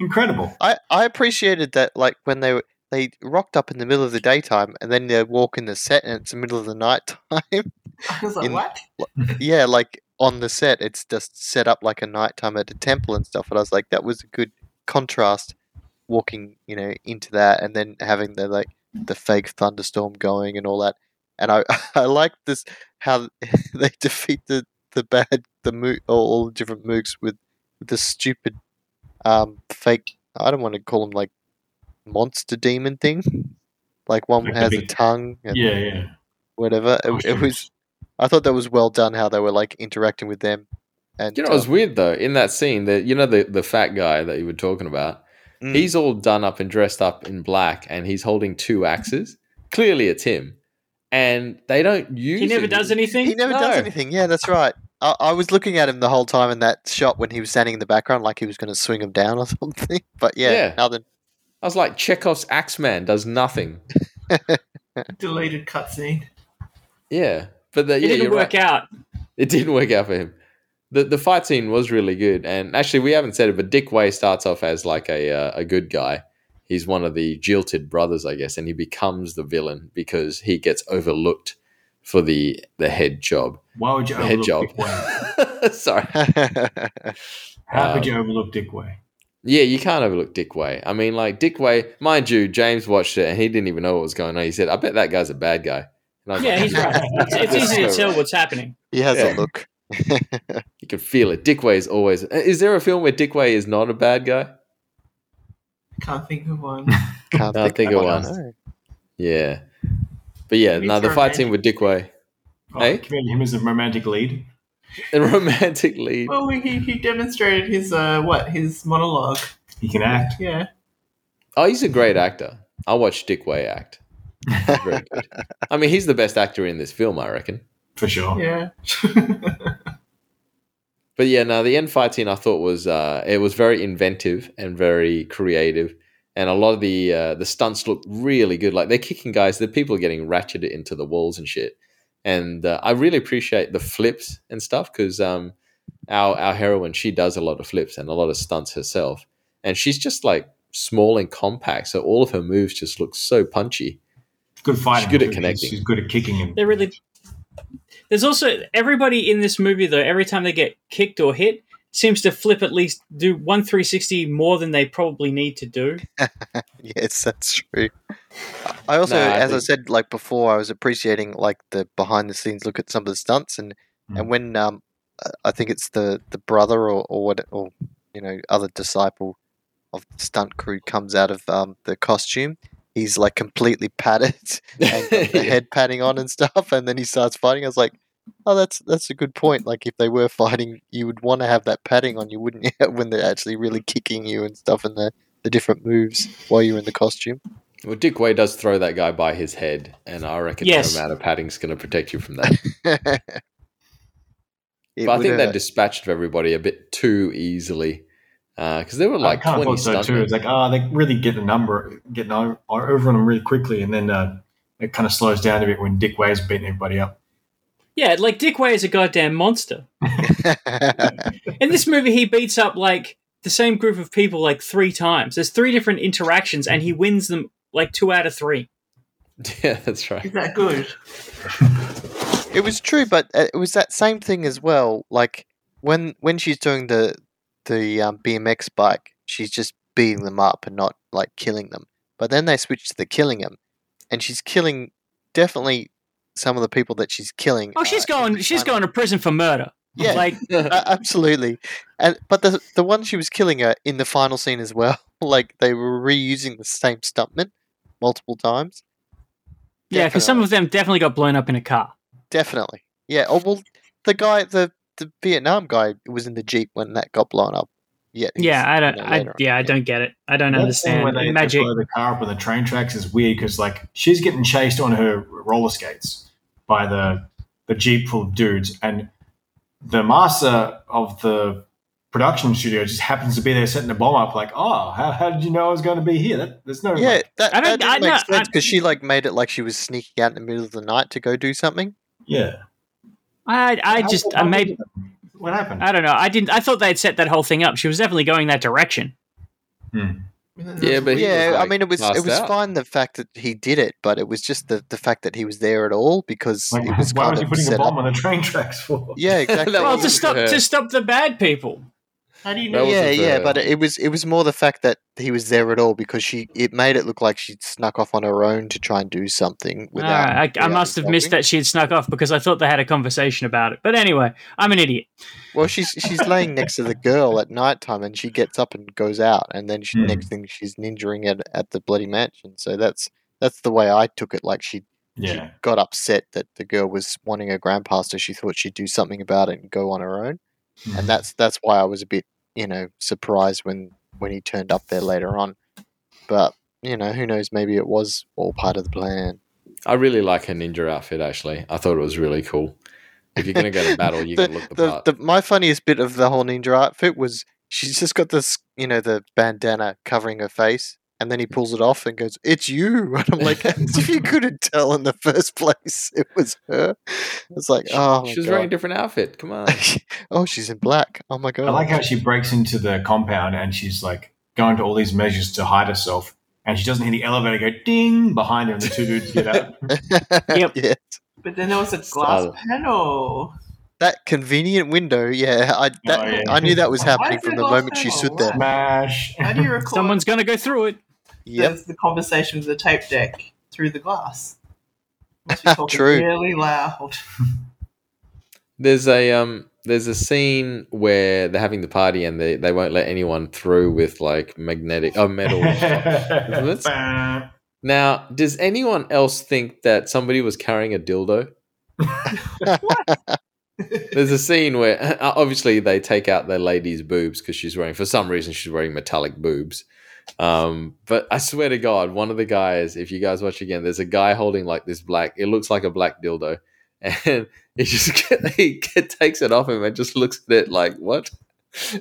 F: Incredible.
E: I I appreciated that. Like when they were. They rocked up in the middle of the daytime, and then they walk in the set, and it's the middle of the night [LAUGHS] time.
G: [LAUGHS] I was like,
E: In-
G: what?
E: yeah, like on the set, it's just set up like a nighttime at a temple and stuff. And I was like, that was a good contrast, walking, you know, into that, and then having the like the fake thunderstorm going and all that. And I [LAUGHS] I like this how [LAUGHS] they defeat the the bad the mo- all, all the different mooks with, with the stupid um fake. I don't want to call them like monster demon thing. Like one
F: Like the
E: has a
F: big-
E: tongue and
F: Yeah, yeah.
E: whatever.
C: Oh,
E: It, it was I thought that was well done how they were like interacting with them. And
C: you know, it was
E: uh,
C: weird though, in that scene that you know the, the fat guy that you were talking about,
E: Mm.
C: he's all done up and dressed up in black and he's holding two axes. Clearly it's him. And they don't use
D: he never
C: it.
D: does anything.
E: he never does
C: No.
E: anything. Yeah, that's right. I, I was looking at him the whole time in that shot when he was standing in the background, like he was going to swing him down or [LAUGHS] something. But yeah,
C: Yeah.
E: nothing. [LAUGHS]
C: I was like, Chekhov's Axeman does nothing.
G: Deleted cutscene.
C: Yeah. But the,
D: It
C: yeah,
D: didn't
C: you're right.
D: work out.
C: it didn't work out for him. The the fight scene was really good, and actually we haven't said it, but Dick Way starts off as like a uh, a good guy. He's one of the jilted brothers, I guess, and he becomes the villain because he gets overlooked for the the head job.
F: Why would you
C: The head
F: overlook
C: job.
F: Dick Way?
C: [LAUGHS] Sorry.
F: How
C: Um,
F: could you overlook Dick Way?
C: Yeah, you can't overlook Dick Way. I mean, like Dick Way, mind you, James watched it and he didn't even know what was going on. He said, "I bet that guy's a bad guy." And I was
D: Yeah,
C: like, [LAUGHS]
D: he's right. It's, it's
C: Just
D: easy to
C: so
D: tell
C: right.
D: what's happening.
E: he has
C: Yeah.
E: a look.
C: You can feel it. Dick Way is always. Is there a film where Dick Way is not a bad guy?
G: Can't think of one.
E: Can't
C: I think it
E: one.
C: was.
E: No.
C: Yeah. But yeah,
G: Maybe
C: no, the
G: for a
C: fight scene with
G: romantic-
C: Dick Way. [LAUGHS]
F: Oh,
C: eh?
F: Commit him as a romantic lead.
C: And romantic lead.
G: well, we, he, he demonstrated his, uh, what, his monologue.
F: He can act.
G: Yeah.
C: Oh, he's a great actor. I watch Dick Way act. He's very good. I mean, he's the best actor in this film, I reckon.
F: For
D: Oh.
F: sure.
G: Yeah.
C: But yeah, no, the end fight scene I thought was uh, it was very inventive and very creative, and a lot of the uh, the stunts looked really good. Like they're kicking guys, the people are getting ratcheted into the walls and shit, and uh, I really appreciate the flips and stuff because um, our our heroine she does a lot of flips and a lot of stunts herself, and she's just like small and compact, so all of her moves just look so punchy. [LAUGHS]
F: Good fighting.
C: good at
F: too.
C: connecting.
F: She's good at kicking and
D: They're really. There's also everybody in this movie though. Every time they get kicked or hit, seems to flip at least do one 360 more than they probably need to do.
E: [LAUGHS] Yes, that's true. I also,
C: Nah, I
E: as I
C: think-
E: said, like before, I was appreciating like the behind the scenes look at some of the stunts, and and
F: Mm.
E: when um, uh, I think it's the the brother or or what or you know other disciple of the stunt crew comes out of um the costume, he's like completely [LAUGHS] padded and got
C: [LAUGHS]
E: the head padding on and stuff, and then he starts fighting. I was like. Oh, that's that's a good point. Like, if they were fighting, you would want to have that padding on you, wouldn't you? [LAUGHS] when they're actually really kicking you and stuff, and the the different moves while you're in the costume. [LAUGHS]
C: Well, Dick Way does throw that guy by his head, and I reckon
D: Yes.
C: no amount of padding's going to protect you from that.
E: but
C: but I think they dispatched everybody a bit too easily because there were like
F: I kind of
C: twenty
F: thought so too.
C: stuntmen.
F: It's like ah, they really get the number, getting over, over on them really quickly, and then uh, it kind of slows down a bit when Dick Way's beating everybody up.
D: Yeah, like Dick Way is a goddamn monster.
E: [LAUGHS]
D: In this movie, he beats up like the same group of people like three times. There's three different interactions, and he wins them like two out of three.
C: [LAUGHS] yeah, that's right.
G: Is that good?
E: it was true, but uh, it was that same thing as well. Like when when she's doing the the um, BMX bike, she's just beating them up and not like killing them. But then they switch to the killing them, and she's killing definitely some of the people that she's killing.
D: Oh, she's
E: uh,
D: going,
E: in front
D: she's
E: of-
D: going to prison for murder.
E: Yeah,
D: Like,
E: [LAUGHS] Uh, absolutely. And but the the one she was killing her in the final scene as well. [LAUGHS] Like they were reusing the same stuntman multiple times.
D: yeah, because some
E: Definitely.
D: of them definitely got blown up in a car.
E: Definitely. Yeah. Oh well, the guy, the the Vietnam guy, was in the jeep when that got blown up. Yet he's-
D: Yeah, I don't.
E: you know,
D: I,
E: later on,
D: yeah, I don't get it. I don't
F: That scene
D: understand
F: where they,
D: magic.
F: They blow the car up on the train tracks is weird because like she's getting chased on her roller skates by the the jeep full of dudes, and the master of the production studio just happens to be there setting the bomb up. Like, oh, how, how did you know I was going to be here? That, there's no
E: Yeah, that,
D: I
E: that
D: don't-
E: didn't
D: I
E: make
D: know-
E: sense
D: I-
E: because she like made it like she was sneaking out in the middle of the night to go do something.
F: yeah.
D: I, I
F: How-
D: just, I
F: how
D: maybe,
F: did that- What happened?
D: I don't know. I didn't. I thought they'd set that whole thing up. She was definitely going that direction.
C: Yeah, but he
E: yeah,
C: was,
E: I
C: like,
E: mean it was it
C: passed
E: was
C: out.
E: fine the fact that he did it, but it was just the the fact that he was there at all because
F: Like,
E: it was
F: why
E: kind
F: was he
E: of
F: putting
E: set
F: a bomb
E: up.
F: on the train tracks
E: [LAUGHS]
F: for?
D: [LAUGHS]
E: Yeah, exactly.
C: That
D: Well,
C: was
D: to stop
C: her.
D: to stop the bad people.
G: How do you
C: That
G: know?
C: was-
E: yeah,
C: wasn't
E: yeah,
C: the-
E: but it was it was more the fact that he was there at all because she it made it look like she snuck off on her own to try and do something
D: All
E: without.
D: right, Ah, I, I
E: without
D: must have missed
E: involving.
D: that she had snuck off because I thought they had a conversation about it. But anyway, I'm an idiot.
E: Well, she's she's laying next to the girl at nighttime, and she gets up and goes out, and then she,
F: Hmm.
E: next thing she's ninjaing at at the bloody mansion. So that's that's the way I took it. Like she
F: yeah.
E: got upset that the girl was wanting her grandpa, so she thought she'd do something about it and go on her own.
C: Mm.
E: And that's that's why I was a bit, you know, surprised when when he turned up there later on. But you know, who knows? Maybe it was all part of the plan.
C: I really like her ninja outfit. Actually, I thought it was really cool. If you're going to go
E: [LAUGHS]
C: to battle, you got to look the,
E: the,
C: part.
E: the, my funniest bit of the whole ninja outfit was she's just got this, you know, the bandana covering her face, and
C: Mm.
E: then he pulls it off and goes, "It's you." [LAUGHS] And I'm like,
C: [LAUGHS]
E: as if you couldn't tell in the first place, it was her. It's like, oh, my
C: she was
E: God.
C: wearing a different outfit. Come
E: [LAUGHS]
C: on.
E: oh, she's in black. Oh my god.
F: I like how she breaks into the compound and she's like going to all these measures to hide herself. And she doesn't hear the elevator go ding behind her, and the two dudes get
G: [LAUGHS]
F: out.
D: Yep.
E: [LAUGHS] Yes.
G: But then there was a glass
C: Silent.
G: panel.
E: That convenient window. Yeah, I that,
F: yeah.
E: I knew that was
G: Why
E: happening
G: is
E: from
G: it
E: the
G: all
E: moment she
G: so
E: stood there.
G: loud?
F: Smash!
G: How
C: [LAUGHS]
G: do
D: [LAUGHS]
F: [LAUGHS]
G: you record
D: Someone's going to go through it.
E: Yep.
G: the conversation with the tape deck through the glass? Must
C: [LAUGHS]
G: be talking
E: True.
G: Really loud.
C: There's a um there's a scene where they're having the party and they, they won't let anyone through with like magnetic oh metal.
F: [LAUGHS]
C: Let's-
F: Bah.
C: now, does anyone else think that somebody was carrying a dildo? There's a scene where uh, obviously they take out their lady's boobs because she's wearing for some reason she's wearing metallic boobs. Um, but I swear to God, one of the guys, if you guys watch again, there's a guy holding like this black. It looks like a black dildo, [LAUGHS] and he just [LAUGHS] get, he get, takes it off him and just looks at it like what,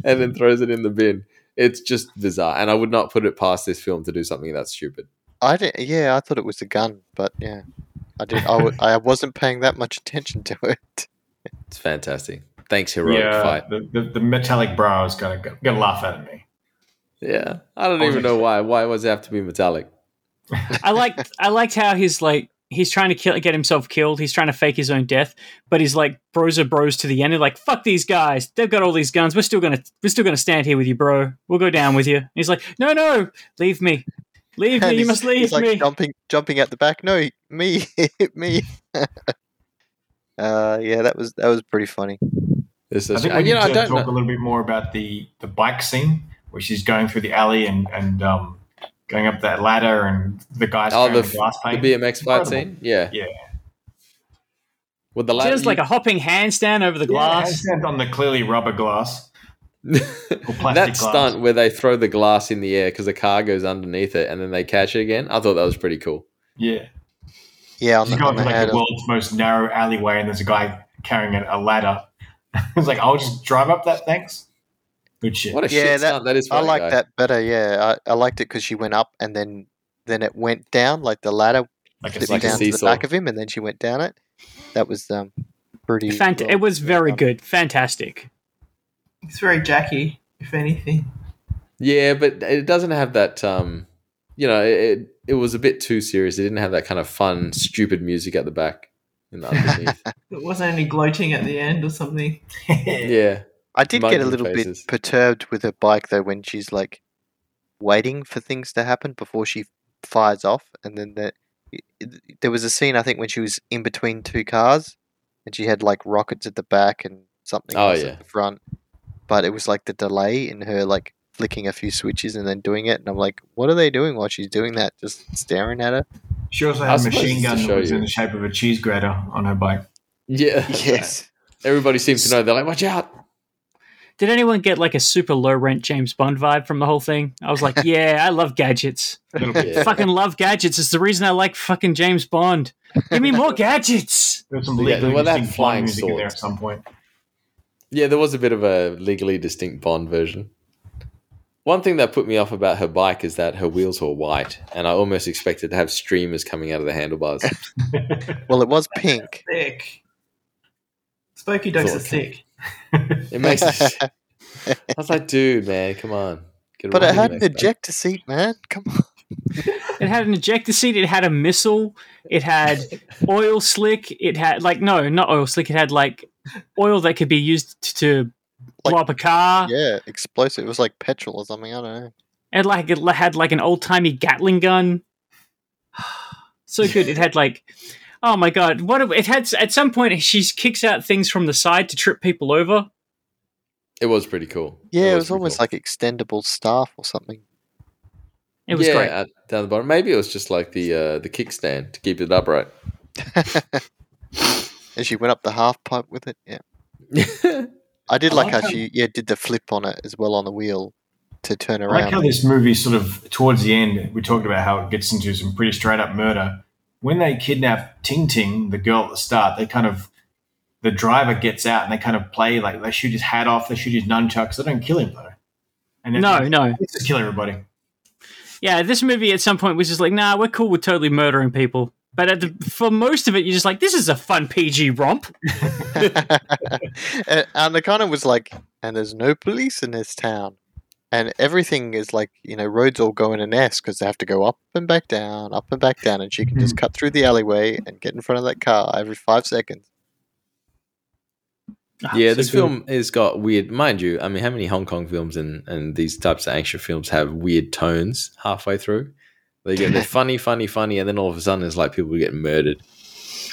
C: and then throws it in the bin. It's just bizarre, and I would not put it past this film to do something that stupid.
E: I didn't, yeah, I thought it was a gun, but yeah. I did. I, w- I wasn't paying that much attention to it.
C: It's fantastic. Thanks, heroic fight.
F: The, the, the metallic bra is gonna gonna laugh at me.
C: Yeah, I don't
F: I was
C: even know why. Why does it have to be metallic?
D: I liked I liked how he's like he's trying to kill, get himself killed. He's trying to fake his own death, but he's like bros are bros to the end. They're like fuck these guys. They've got all these guns. We're still gonna we're still gonna stand here with you, bro. We'll go down with you. And he's like, no, no, leave me, leave
E: And
D: me. [LAUGHS] You
E: he's-
D: must leave
E: he's like
D: me.
E: jumping, jumping at the back. No, me, [LAUGHS] me. uh, yeah, that was that was pretty funny.
C: It's
F: I
C: just,
F: think we
C: and,
F: need
C: you know, I
F: to
C: don't
F: talk
C: know.
F: a little bit more about the the bike scene, where she's going through the alley and and um, going up that ladder, and the guys
C: Oh,
F: throwing
C: the,
F: the, glass
C: the
F: pane.
C: BMX fight
F: Incredible.
C: scene. Yeah,
F: Yeah.
C: With the
D: She
C: ladder,
D: does like a hopping handstand over the
F: Yeah,
D: glass.
F: handstand on the clearly rubber glass or plastic
C: [LAUGHS] that
F: glass.
C: stunt where they throw the glass in the air because the car goes underneath it and then they catch it again. I thought that was pretty cool.
F: Yeah,
E: Yeah, on
F: she's
E: the,
F: going
E: on the
F: through like
E: head.
F: the world's most narrow alleyway, and there's a guy carrying a, a ladder. [LAUGHS] He's like, "I'll just drive up that, thanks." Good shit.
C: What a
E: Yeah,
C: shit
E: that-
C: stunt that is. For
E: I like
C: guy.
E: that better. Yeah, I, I liked it because she went up and then then it went down like the ladder
F: like a
E: flipped
C: like
E: down to the
C: seesaw.
E: back of him, and then she went down it. That was um pretty.
D: Fant-
E: well
D: it was very
E: done.
D: good, fantastic.
G: It's very Jackie, if anything.
C: Yeah, but it doesn't have that. Um, you know, it it was a bit too serious. It didn't have that kind of fun, stupid music at the back and the
F: [LAUGHS]
C: underneath.
G: It wasn't any gloating at the end or
D: [LAUGHS]
G: something.
C: yeah,
E: I did get a
C: Muggy
E: little
C: faces.
E: bit perturbed with her bike though when she's like waiting for things to happen before she fires off, and then the, it- it- there was a scene I think when she was in between two cars, and she had like rockets at the back and something
C: Oh,
E: else
C: yeah.
E: at the front, but it was like the delay in her like flicking a few switches and then doing it, and I'm like, what are they doing while she's doing that? Just staring at her.
F: She also
C: I
F: had a
C: suppose
F: machine
C: it's to
F: gun
C: show
F: that was
C: you.
F: in the shape of a cheese grater on her bike.
E: [LAUGHS]
C: yeah. Everybody seems to know. They're like, "Watch out!"
D: Did anyone get like a super low rent James Bond vibe from the whole thing? I was
E: [LAUGHS]
D: like, yeah, I love gadgets.
F: Little bit.
C: Yeah.
D: fucking love gadgets. It's the reason I like fucking James Bond. Give me more gadgets.
F: There's some
C: Yeah,
F: legally
C: well, that
F: distinct
C: flying
F: flying music in
C: sword.
F: there at some point.
C: Yeah, there was a bit of a legally distinct Bond version. One thing that put me off about her bike is that her wheels were white, and I almost expected to have streamers coming out of the handlebars.
E: Well, it was pink.
G: Sick. Spooky dogs are
C: It's all okay.
G: sick.
C: It makes. I was like, "Dude, man, come on!" Get
E: But it
C: right
E: had
C: in
E: an
C: the next
E: ejector seat, man. Come on.
D: It had an ejector seat. It had a missile. It had oil slick. It had like no, not oil slick. It had like oil that could be used t- to blow
E: Like-
D: up a car.
E: Yeah, explosive. It was like petrol or something. I don't know.
D: It like it had like an old timey Gatling gun. so good. It had like. Oh my god! What a- it had at some point, she kicks out things from the side to trip people over.
C: It was pretty cool.
E: Yeah, it was,
C: pretty
E: almost
C: cool.
E: like extendable staff or something.
D: It was
C: yeah,
D: great.
C: at- down the bottom. Maybe it was just like the uh, the kickstand to keep it upright.
E: And she went up the half pipe with it.
F: [LAUGHS]
E: Yeah,
C: yeah,
E: I did
F: I
E: like
F: like
E: how
F: how-
E: she yeah did the flip on it as well on the wheel to turn
F: I like
E: around.
F: how this movie sort of towards the end, we talked about how it gets into some pretty straight up murder. When they kidnap Ting Ting, the girl at the start, they kind of the driver gets out and they kind of play like they shoot his hat off, they shoot his nunchucks, they don't kill him though. And then
D: no, no,
F: they just kill everybody.
D: Yeah, this movie at some point was just like, nah, we're cool with totally murdering people. But at the, for most of it, you're just like, this is a fun PG romp.
E: [LAUGHS] and, and the kind of was like, and there's no police in this town, and everything is like you know roads all go in an S because they have to go up and back down, up and back down, and she can
F: Mm-hmm.
E: just cut through the alleyway and get in front of that car every five seconds.
D: So
C: this
D: good.
C: film has got weird. Mind you, I mean, how many Hong Kong films and, and these types of action films have weird tones halfway through? They get they're funny, funny, funny, and then all of a sudden it's like people get murdered.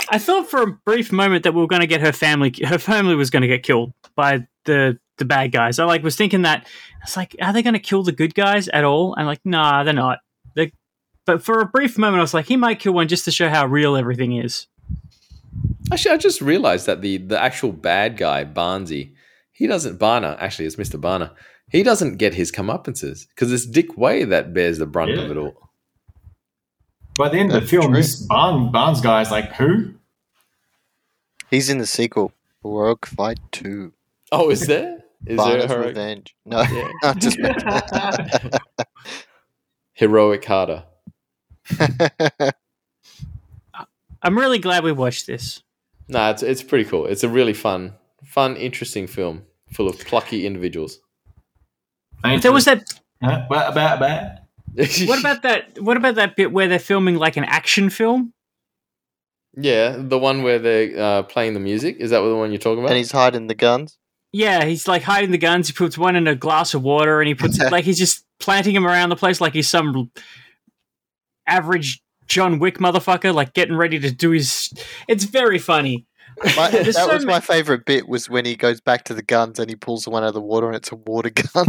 D: I thought for a brief moment that we were going to get her family. Her family was going to get killed by the the bad guys. I like was thinking that. I was like, are they going to kill the good guys at all? And like, nah, they're not. They, but for a brief moment, I was like, he might kill one just to show how real everything is.
C: Actually, I just realized that the the actual bad guy Barnsey, he doesn't Barner. Actually, it's Mister Barner. He doesn't get his comeuppances because it's Dick Way that bears the brunt of
F: Yeah.
C: it all.
F: By the end of the
E: That's
F: film,
E: true.
F: this Barnes, Barnes guy is like, who?
E: He's in the sequel, Rogue Fight Two,
C: Oh, is there? Is there a
E: Barnes
C: heroic?
E: Revenge. No, [LAUGHS]
C: Yeah.
E: I
F: [LAUGHS]
E: just
C: Heroic Harder.
D: I'm really glad we watched this.
C: Nah, it's, it's pretty cool. It's a really fun, fun, interesting film full of plucky individuals.
F: Ain't
D: There was that.
F: Huh? What about that?
D: What about that? What about that bit where they're filming like an action film?
C: [LAUGHS] yeah, the one where they're uh, playing the music? Is that the one you're talking about?
E: And he's hiding the guns.
D: Yeah, he's like hiding the guns. He puts one in a glass of water, and
E: [LAUGHS]
D: he puts like he's just planting him around the place like he's some average John Wick motherfucker, like getting ready to do his. It's very funny.
E: My, that
D: [LAUGHS] There's so
E: was
D: ma-
E: my favorite bit was when he goes back to the guns and he pulls the one out of the water and it's a water [LAUGHS] gun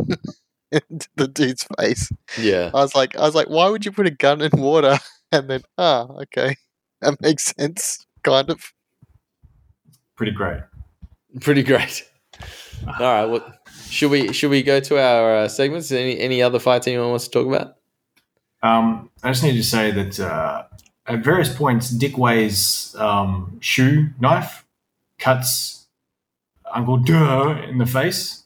E: into the dude's face.
C: yeah. [LAUGHS]
E: I was like, I was like, why would you put a gun in water? [LAUGHS] And then, ah, okay, that makes sense, kind of.
F: Pretty great.
C: Pretty great.
D: Ah.
C: All right. Well, should we should we go to our uh, segments? Any any other fights anyone wants to talk about?
F: Um, I just need to say that uh, at various points, Dick Way's um, shoe knife cuts Uncle Duh in the face,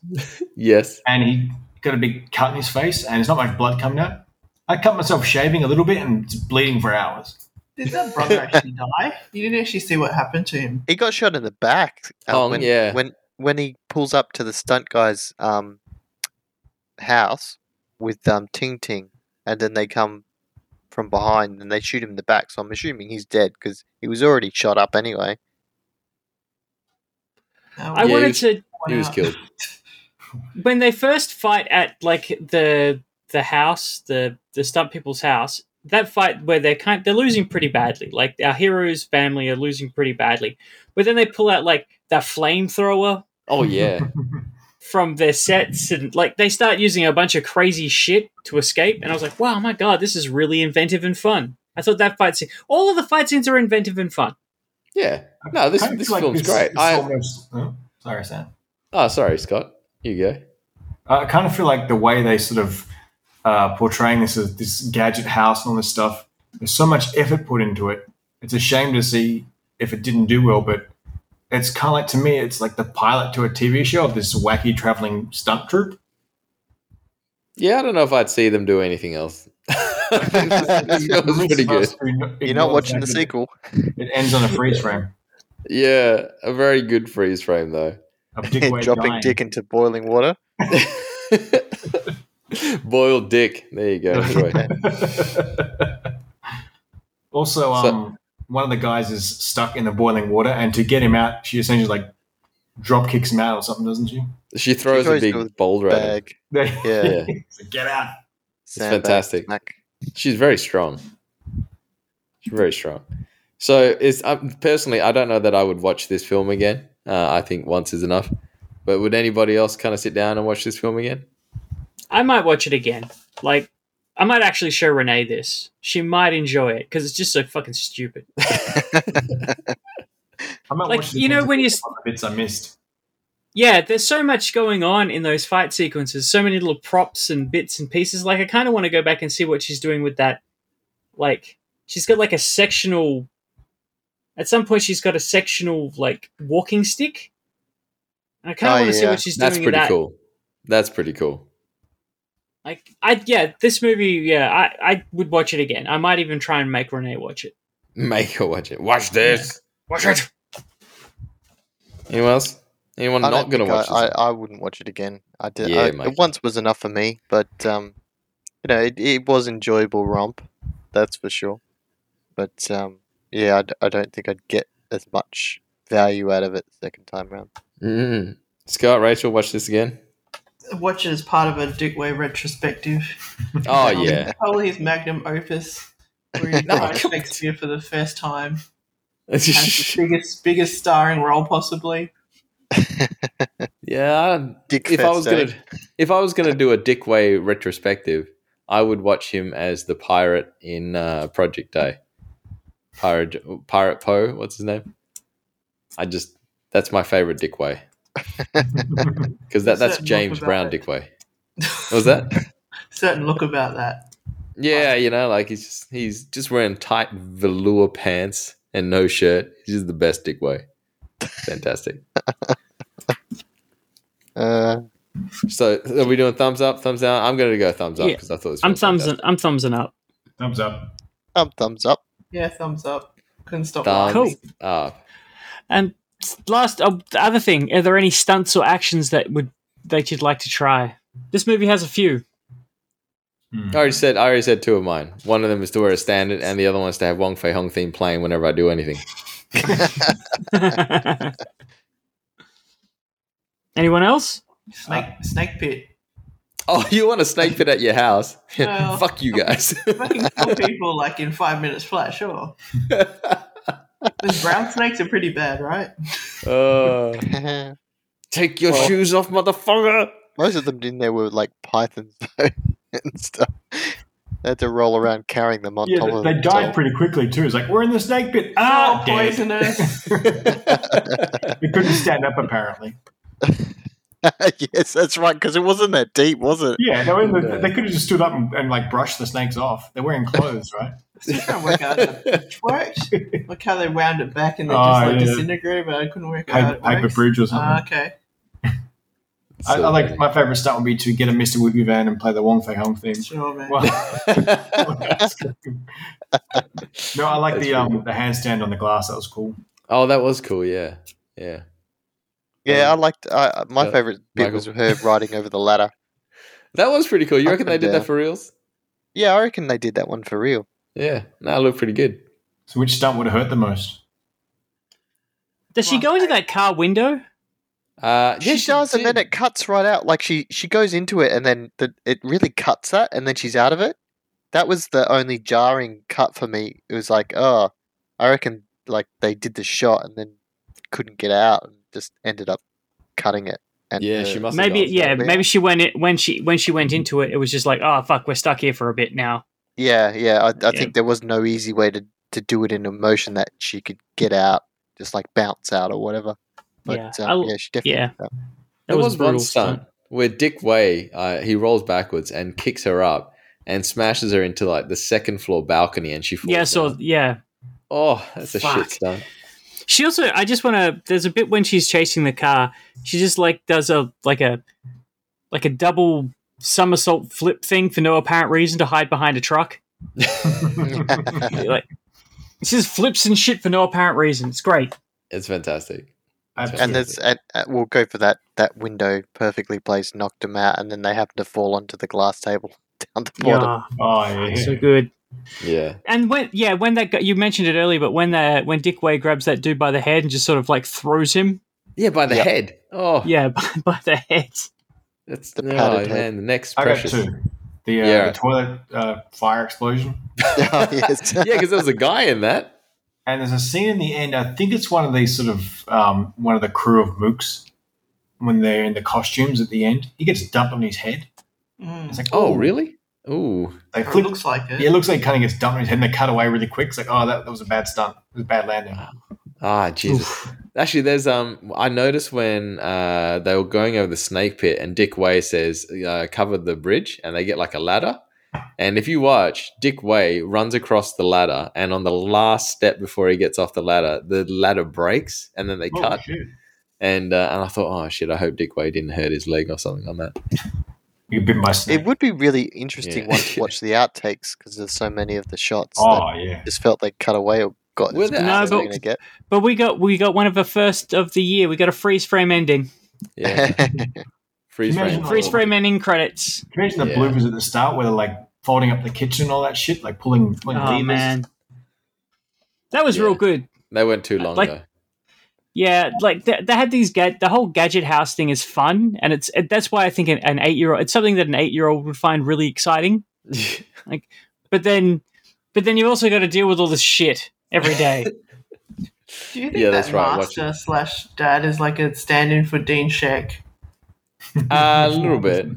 C: Yes.
F: and he got a big cut in his face, and there's not much blood coming out. I cut myself shaving a little bit, and it's bleeding for hours.
G: Did that brother actually die? You didn't actually see what happened to him.
E: He got shot in the back. uh,
C: Oh,
E: when,
C: yeah.
E: When when he pulls up to the stunt guy's um, house with um, Ting Ting, and then they come from behind and they shoot him in the back. So I'm assuming he's dead because he was already shot up anyway.
G: Uh,
D: I
C: Yeah,
D: wanted
C: he's-
D: to
C: He was
G: wow.
C: killed.
D: when they first fight at like the the house, the the stunt people's house, that fight where they're kind they're losing pretty badly. Like our hero's family are losing pretty badly, but then they pull out like the flamethrower
C: Oh
F: [LAUGHS]
C: yeah.
D: from their sets and like they start using a bunch of crazy shit to escape. And I was like, wow, my god, this is really inventive and fun. I thought that fight scene, all of the fight scenes are inventive and fun.
C: Yeah. No, this
F: I feel
C: this
F: like
C: film's
F: this
C: great.
F: is
C: I
F: almost- oh, sorry, Sam.
C: oh sorry, Scott. You go.
F: I kind of feel like the way they sort of uh, portraying this as this gadget house and all this stuff. There's so much effort put into it. It's a shame to see if it didn't do well, but it's kind of like to me, it's like the pilot to a TV show of this wacky traveling
C: [LAUGHS]
F: stunt troupe.
C: Yeah, I don't know if I'd see them do anything
F: [LAUGHS]
C: else. [LAUGHS] this was pretty good.
E: You're not watching the sequel.
F: It ends on a freeze frame.
C: Yeah, a very good freeze frame
F: [LAUGHS]
C: though. [LAUGHS]
F: Of
E: [LAUGHS]
F: Dick Wade
E: dropping
F: dying.
E: dick into boiling water.
C: Boiled dick. There you go. Enjoy.
F: [LAUGHS] also, um,
C: So-
F: one of the guys is stuck in the boiling water, and to get him out, she essentially like drop kicks him out or something, doesn't she?
C: She throws,
E: throws
C: a
E: the
C: big boulder at him.
E: Bag.
C: [LAUGHS] Yeah,
E: Yeah.
F: So get out.
E: sandbag
C: fantastic.
E: smack.
C: she's very strong. She's very strong. So, it's I personally, I don't know that I would watch this film again. Uh, I think once is enough. But would anybody else kind of sit down and watch this film again?
D: I might watch it again. Like, I might actually show Renee this. She might enjoy it because it's just so fucking stupid.
F: I'm not
D: Like,
F: watching
D: you
F: the
D: know,
F: bits-
D: when you s-
F: the bits I missed.
D: yeah, there's so much going on in those fight sequences, so many little props and bits and pieces. Like, I kind of want to go back and see what she's doing with that. Like, she's got like a sectional. At some point, she's got a sectional like walking stick. And I kind of
E: Oh,
D: want to see
E: yeah.
D: what she's
C: That's
D: doing with
C: pretty
D: that.
C: cool. That's pretty cool.
D: Like, I yeah, this movie, yeah, I I would watch it again. I might even try and make Renee watch it.
C: Make her watch it. Watch this. Watch it. Anyone else? Anyone
E: I
C: not
E: don't
C: going to
E: think I-
C: watch this?
E: I, I, wouldn't watch it again. I did.
C: Yeah,
E: I-
C: mate.
E: once was enough for me, but um, you know, it, it was enjoyable romp, that's for sure. But um, yeah, I, d- I don't think I'd get as much value out of it the second time round.
C: Mm. Scott, Rachel, watch this again. [LAUGHS]
G: Watch it as part of a Dick Way retrospective.
C: Oh yeah,
G: Probably his magnum opus. Where he
C: [LAUGHS] No,
G: tried
C: come on.
G: Shakespeare for the first time. As the biggest, biggest starring role possibly.
C: yeah. I-
E: Dick
C: If I was
E: Fester.
C: gonna, if I was gonna do a Dick Way retrospective, I would watch him as the pirate in uh, Project Day. Pirate, Pirate Poe. What's his name? I just that's my favorite Dick
D: [LAUGHS]
C: Way because that,
G: There's
C: that's
G: certain look
C: James
G: about
C: Brown
G: it.
C: Dick
G: [LAUGHS]
C: Way. What was that?
G: Certain look about that.
C: Yeah, you know, like he's just he's just wearing tight velour pants and no shirt. He's just the best dick way. Fantastic.
E: Uh,
C: So are we doing thumbs up, thumbs down? I'm gonna go thumbs up
D: Yeah.
C: because I thought it was
D: I'm thumbs
C: fantastic.
D: I'm thumbsing up.
F: Thumbs up.
E: thumb thumbs up. [LAUGHS]
G: Yeah, thumbs up. Couldn't stop
C: Thumbs
G: laughing.
D: Cool.
C: up.
D: And last, uh, the other thing, are there any stunts or actions that would that you'd like to try? This movie has a few. [LAUGHS]
C: I already said I already said two of mine. One of them is to wear a standard, and the other one is to have Wong Fei Hong theme playing whenever I do anything.
D: Anyone else?
G: Snake, snake pit.
C: Oh, [LAUGHS] you want a snake pit at your house? [LAUGHS]
G: Well-
C: Fuck you guys.
G: Fucking kill people like in five minutes flat, sure. Those brown snakes are pretty bad, right?
C: Uh, take your
E: Well-
C: shoes off,
E: [LAUGHS]
C: motherfucker.
E: Most of them in there were like pythons [LAUGHS] though, and stuff. They had to roll around carrying them on
F: Yeah,
E: top
F: they,
E: of
F: they died
E: themselves.
F: pretty quickly too. It's like we're in the snake pit. Ah,
G: oh,
F: dead.
G: poisonous.
F: They couldn't stand up apparently.
E: [LAUGHS] yes, that's right. Because it wasn't that deep, was it?
F: Yeah, they, were in the,
C: Yeah.
F: they could have just stood up and, and like brushed the snakes off. They're wearing clothes, [LAUGHS] right?
G: I can't work out how the pitch works. Look how they wound it back and they
F: Oh,
G: just like
F: yeah.
G: disintegrated, but I couldn't work out how
F: Paper,
G: it
F: paper
G: works.
F: bridge or something.
G: Ah, okay.
F: I, I like
C: So-
F: my favorite stunt would be to get a Mr. Whoopi van and play the Wong Fei
G: [LAUGHS]
F: Hong theme.
G: Sure, man.
F: Well, no, I like
C: That's
F: the um,
C: pretty-
F: the handstand on the glass. That was cool.
C: [LAUGHS] oh, that was cool. Yeah, yeah.
E: Yeah, I liked. I, my
C: Yeah,
E: favorite bit was her riding over the ladder.
C: That was pretty cool. You
E: Up
C: reckon they
E: and
C: did
E: down.
C: that for reals?
E: Yeah, I reckon they did that one for real.
C: Yeah, that looked pretty good.
F: So which stunt would have hurt the most?
D: Does she
G: Well,
D: go into
G: I-
D: that car window?
C: Uh, yeah,
E: she, does, and then
C: did.
E: it cuts right out. Like she she goes into it, and then the, it really cuts that, and then she's out of it. That was the only jarring cut for me. It was like, oh, I reckon like they did the shot and then couldn't get out and just ended up cutting it. And
C: Yeah,
E: the-
C: she must. have
D: Maybe,
C: done
D: yeah,
E: Yeah.
D: maybe she went it when she when she went into it. It was just like, oh fuck, we're stuck here for a bit now.
E: Yeah, yeah. I, I
D: Yeah.
E: think there was no easy way to to do it in a motion that she could get out, just like bounce out or whatever.
D: Yeah,
E: But yeah,
D: I-
E: um, yeah she definitely.
D: yeah.
E: did that.
D: That
C: There was, one
D: a brutal
C: stunt where Dick Way uh, he rolls backwards and kicks her up and smashes her into like the second floor balcony, and she falls.
D: Yeah, so
C: down.
D: yeah,
C: oh, that's a
D: Fuck.
C: shit stunt.
D: She also, I just want to. There's a bit when she's chasing the car. She just like does a like a like a double somersault flip thing for no apparent reason to hide behind a truck. like she just flips and shit for no apparent reason. It's great.
C: It's fantastic.
E: And
F: Absolutely.
E: there's and, uh, we'll go for that that window perfectly placed, knocked them out, and then they happen to fall onto the glass table [LAUGHS] down the bottom.
D: Yeah,
F: oh yeah,
D: Ah, so good.
C: Yeah,
D: And when yeah, when that guy, you mentioned it earlier, but when that when Dick Way grabs that dude by the head and just sort of like throws him,
C: yeah, by the
E: Yep.
C: head. Oh,
D: yeah, [LAUGHS] by, by the head.
C: that's
E: The
C: the
E: padded
C: oh,
E: head.
C: man. The next
F: I got
C: precious.
F: two. [LAUGHS] The, uh,
C: Yeah.
F: the toilet uh, fire explosion,
E: [LAUGHS] Oh, yes.
C: [LAUGHS] yeah, because there was a guy in that.
F: and there's a scene in the end. I think it's one of these sort of um, one of the crew of mooks when they're in the costumes at the end. He gets dumped on his head. It's
G: Mm.
F: like
C: Oh,
F: ooh.
C: really? Ooh,
F: They
G: Or It
F: flip.
G: looks like it.
F: Yeah, it looks like he kind of gets dumped on his head, and they cut away really quick. It's like, oh, that, that was a bad stunt. It was a bad landing.
C: ah, Jesus. Actually, there's um. I noticed when uh they were going over the snake pit, and Dick Way says uh, cover the bridge, and they get like a ladder. And if you watch, Dick Way runs across the ladder, and on the last step before he gets off the ladder, the ladder breaks, and then they
F: Oh,
C: cut.
F: shit.
C: And uh, and I thought, oh shit, I hope Dick Way didn't hurt his leg or something on that.
F: You bit my
E: it
F: snake.
E: would be really interesting
C: Yeah. [LAUGHS]
E: one to watch the outtakes because there's so many of the shots
F: Oh yeah.
E: that just felt they cut away or got
C: Were
E: as
C: there
E: good as they were
D: outtakes?
E: going to get.
D: But we got we got one of the first of the year. We got a freeze frame ending,
E: [LAUGHS]
C: Yeah, [LAUGHS] freeze
F: Imagine
C: frame.
F: all
D: freeze frame ending credits.
F: Can you imagine the
C: Yeah.
F: bloopers at the start where they're like folding up the kitchen and all that shit, like pulling, pulling
D: Oh
F: levers?
D: man, that was
C: Yeah.
D: real good.
C: They weren't too long
D: Like-
C: though.
D: Yeah, like they, they had these ga- the whole gadget house thing is fun, and it's it, that's why I think an, an eight year old it's something that an eight year old would find really exciting. But then, but then you also got to deal with all this shit every day.
G: Do you think
C: Yeah,
G: that
C: that's right, watch it.
G: master slash dad is like a stand-in for Dean Sheck?
C: Uh, a little bit,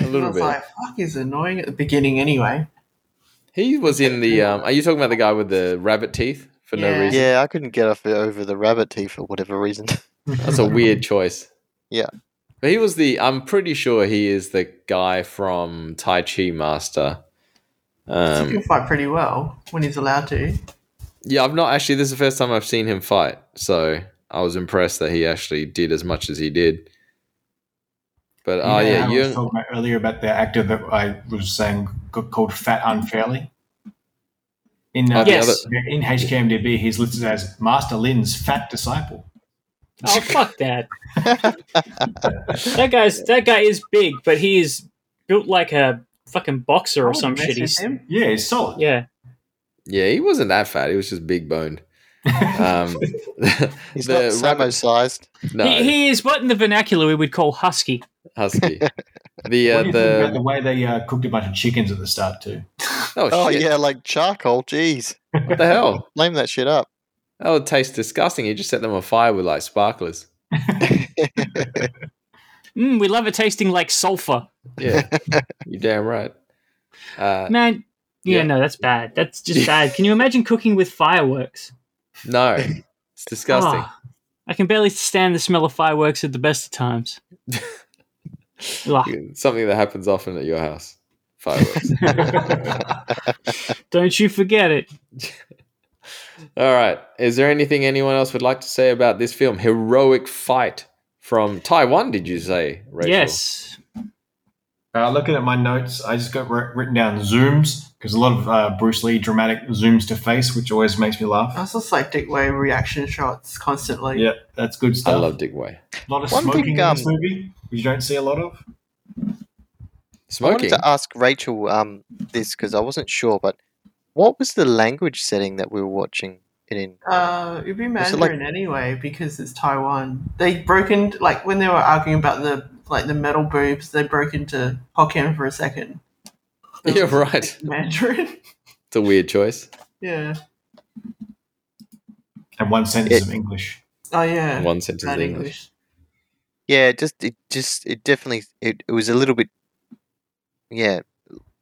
C: a little
G: I was
C: bit.
G: like, fuck, he's annoying at the beginning anyway.
C: He was in the. Um, are you talking about the guy with the rabbit teeth for
G: Yeah.
C: no reason?
E: yeah, I couldn't get off it over the rabbit tea for whatever reason. [LAUGHS]
C: That's a weird choice.
E: Yeah.
C: But he was the. I'm pretty sure he is the guy from Tai Chi Master.
G: he can
C: Um,
G: fight pretty well when he's allowed to.
C: yeah, I've not actually. This is the first time I've seen him fight, so I was impressed that he actually did as much as he did. But oh
F: You know
C: yeah,
F: how I was
C: Jung,
F: talking about earlier about the actor that I was saying got called fat unfairly. In
C: Oh,
F: uh,
D: Yes.
F: in HKMDB, he's listed as Master Lin's fat disciple.
D: Oh fuck that! that guy's that guy is big, but he is built like a fucking boxer
G: Oh,
D: or some shit. He's
F: Yeah, he's solid.
D: yeah.
C: Yeah, he wasn't that fat. He was just big
F: [LAUGHS]
C: boned. Um,
E: [LAUGHS] He's
C: the
E: not Samo
C: rabbit-
E: sized.
C: no,
D: He, he is what in the vernacular we would call husky.
E: [LAUGHS]
C: husky. The
F: What
C: uh,
F: do you think about the
C: the
F: way they uh, cooked a bunch of chickens at the start too?
C: oh,
E: Oh,
C: shit,
E: yeah, like charcoal. Jeez.
C: what the hell?
E: Flame that shit up.
C: That would taste disgusting. You just set them on fire with like sparklers.
D: Mm, we love it tasting like sulfur.
C: Yeah, you damn right. Uh,
D: Man, yeah,
C: Yeah.
D: no, that's bad. That's just bad. Can you imagine cooking with fireworks?
C: no, it's disgusting.
D: Ah, I can barely stand the smell of fireworks at the best
C: [LAUGHS]
D: of times. Ugh,
C: Something that happens often at your house.
D: [LAUGHS]
C: Fireworks.
D: don't you forget it.
C: All right. Is there anything anyone else would like to say about this film? Heroic fight from Taiwan. Did you say? Rachel?
D: Yes.
F: Uh, looking at my notes, I just got wr- written down zooms because a lot of uh, Bruce Lee dramatic zooms to face, which always makes me laugh.
G: That's just like Dick Way reaction shots constantly.
F: Yeah, that's good
C: I
F: stuff.
C: love Dick Way.
F: a lot of
E: One
F: smoking
E: thing,
F: in this
E: um,
F: movie, which you don't see a lot of.
E: I wanted
C: Smoking.
E: to ask Rachel um, this because I wasn't sure, but what was the language setting that we were watching it in?
G: Uh, it'd be
E: Was it
G: Mandarin
E: like-
G: anyway because it's Taiwan. They broke into like when they were arguing about the like the metal boobs, they broke into Hokkien for a
C: [LAUGHS]
G: second.
C: Yeah, right.
G: Mandarin. [LAUGHS]
C: It's a weird
D: [LAUGHS]
C: choice.
G: yeah.
F: And one sentence
E: It-
F: of English.
G: Oh yeah.
C: One sentence
G: Bad
C: in English.
G: English.
E: Yeah, it just it just it definitely it, it was a little bit yeah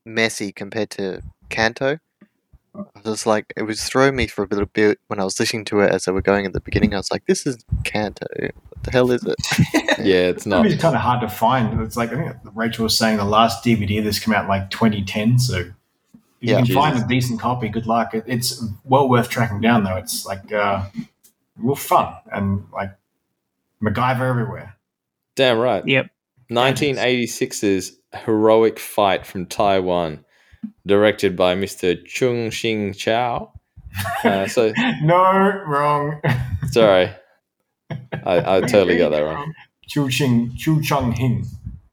E: messy compared to Canto. I was just like it was throwing me for a little bit when I was listening to it as they were going at the beginning. I was like, "This is Canto. What the hell
C: [LAUGHS]
E: is it?"
C: Yeah, it's
D: [LAUGHS]
F: Maybe
C: not.
F: It's kind of hard to find. It's like I think Rachel was saying the last DVD of this came out in like 2010, so if you
E: Yeah.
F: can
C: Jesus.
F: find a decent copy, good luck. It, it's well worth tracking down, though. It's like uh, real fun and like MacGyver everywhere. [LAUGHS]
C: Damn right.
D: Yep.
C: 1986's Heroic Fight from Taiwan, directed by Mr. Chung Shing Chao. Uh,
D: [LAUGHS]
C: so,
F: No, wrong.
C: sorry.
F: [LAUGHS]
C: I, I totally got that wrong.
F: Chu Ching, Chu Chung Hing.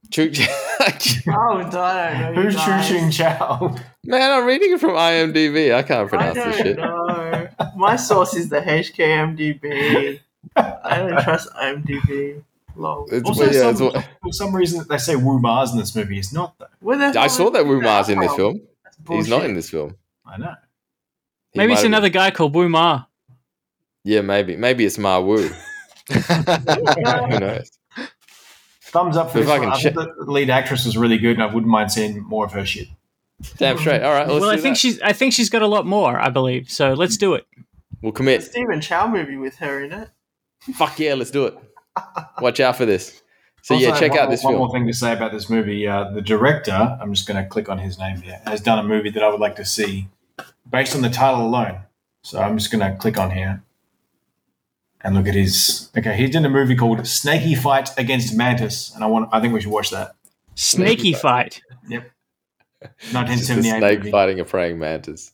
C: Chung-
G: Oh, Dino. you
F: Who's Chu
G: guys.
F: Ching Chow?
C: [LAUGHS] Man, I'm reading it from IMDb. I can't
G: I
C: pronounce this
G: don't
C: shit.
G: know. My source is the HKMDB. I don't trust IMDb. Lol.
C: It's,
F: Also,
C: yeah, it's-
F: some, [LAUGHS] for some reason, they say Wu Mars in this movie. It's not, though.
G: Where the
C: I
G: hell
C: saw
G: is
C: that Wu Ma's in this
G: from?
C: film.
G: That's
C: He's not
G: bullshit.
C: in this film.
F: I know.
C: He
D: Maybe
C: might
D: it's
C: have been.
D: another guy called Wu Ma.
C: Yeah, maybe. Maybe it's Ma
F: [LAUGHS]
C: Wu. [LAUGHS] Who knows?
F: Thumbs up for
C: If
F: this
C: I can
F: one. I think the lead actress was really good, and I wouldn't mind seeing more of her shit.
C: Damn straight. All right, let's
D: well, I
C: do
D: think
C: that.
D: she's I think she's got a lot more. I believe so. Let's do it.
C: We'll
G: The
C: commit.
G: Stephen Chow movie with her in it.
C: Fuck yeah, let's do it. Watch out for this. So
F: Also,
C: yeah, check
F: one
C: out
F: more-
C: this
F: One
C: film.
F: more thing to say about this movie: uh, the director, I'm just going to click on his name here, has done a movie that I would like to see, based on the title alone. So I'm just going to click on here and look at his. Okay, he did a movie called Snaky Fight Against Mantis, and I want. I think we should watch that.
D: Snaky fight.
C: It's just a
F: 1978
C: snake
F: movie.
C: fighting a praying mantis.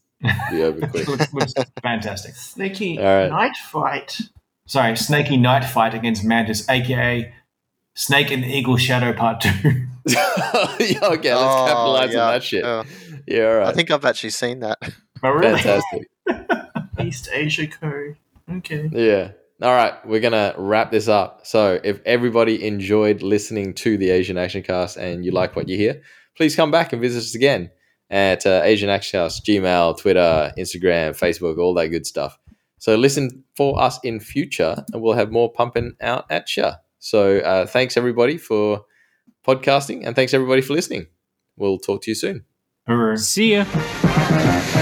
C: Be over quick. [LAUGHS]
F: [LAUGHS] Looks, looks fantastic.
G: Sneaky
C: All right.
G: night fight.
F: Sorry, Snaky Night Fight Against Mantis, aka Snake and the Eagle Shadow Part Two. [LAUGHS]
C: Yeah, okay, let's
E: [LAUGHS] Oh,
C: capitalize
E: yeah,
C: on that shit.
E: yeah.
C: Yeah, all
E: I
C: right.
E: think I've actually seen that. [LAUGHS]
F: But really,
C: Fantastic.
G: East Asia Code. Okay.
C: Yeah. All right, we're going to wrap this up. So, if everybody enjoyed listening to the Asian Action Cast and you like what you hear, please come back and visit us again at uh, Asian Action Cast, Gmail, Twitter, Instagram, Facebook, all that good stuff. So, listen for us in future and we'll have more pumping out at ya. So, uh, thanks everybody for podcasting and thanks everybody for listening. We'll talk to you soon.
F: Hooroo.
D: See ya.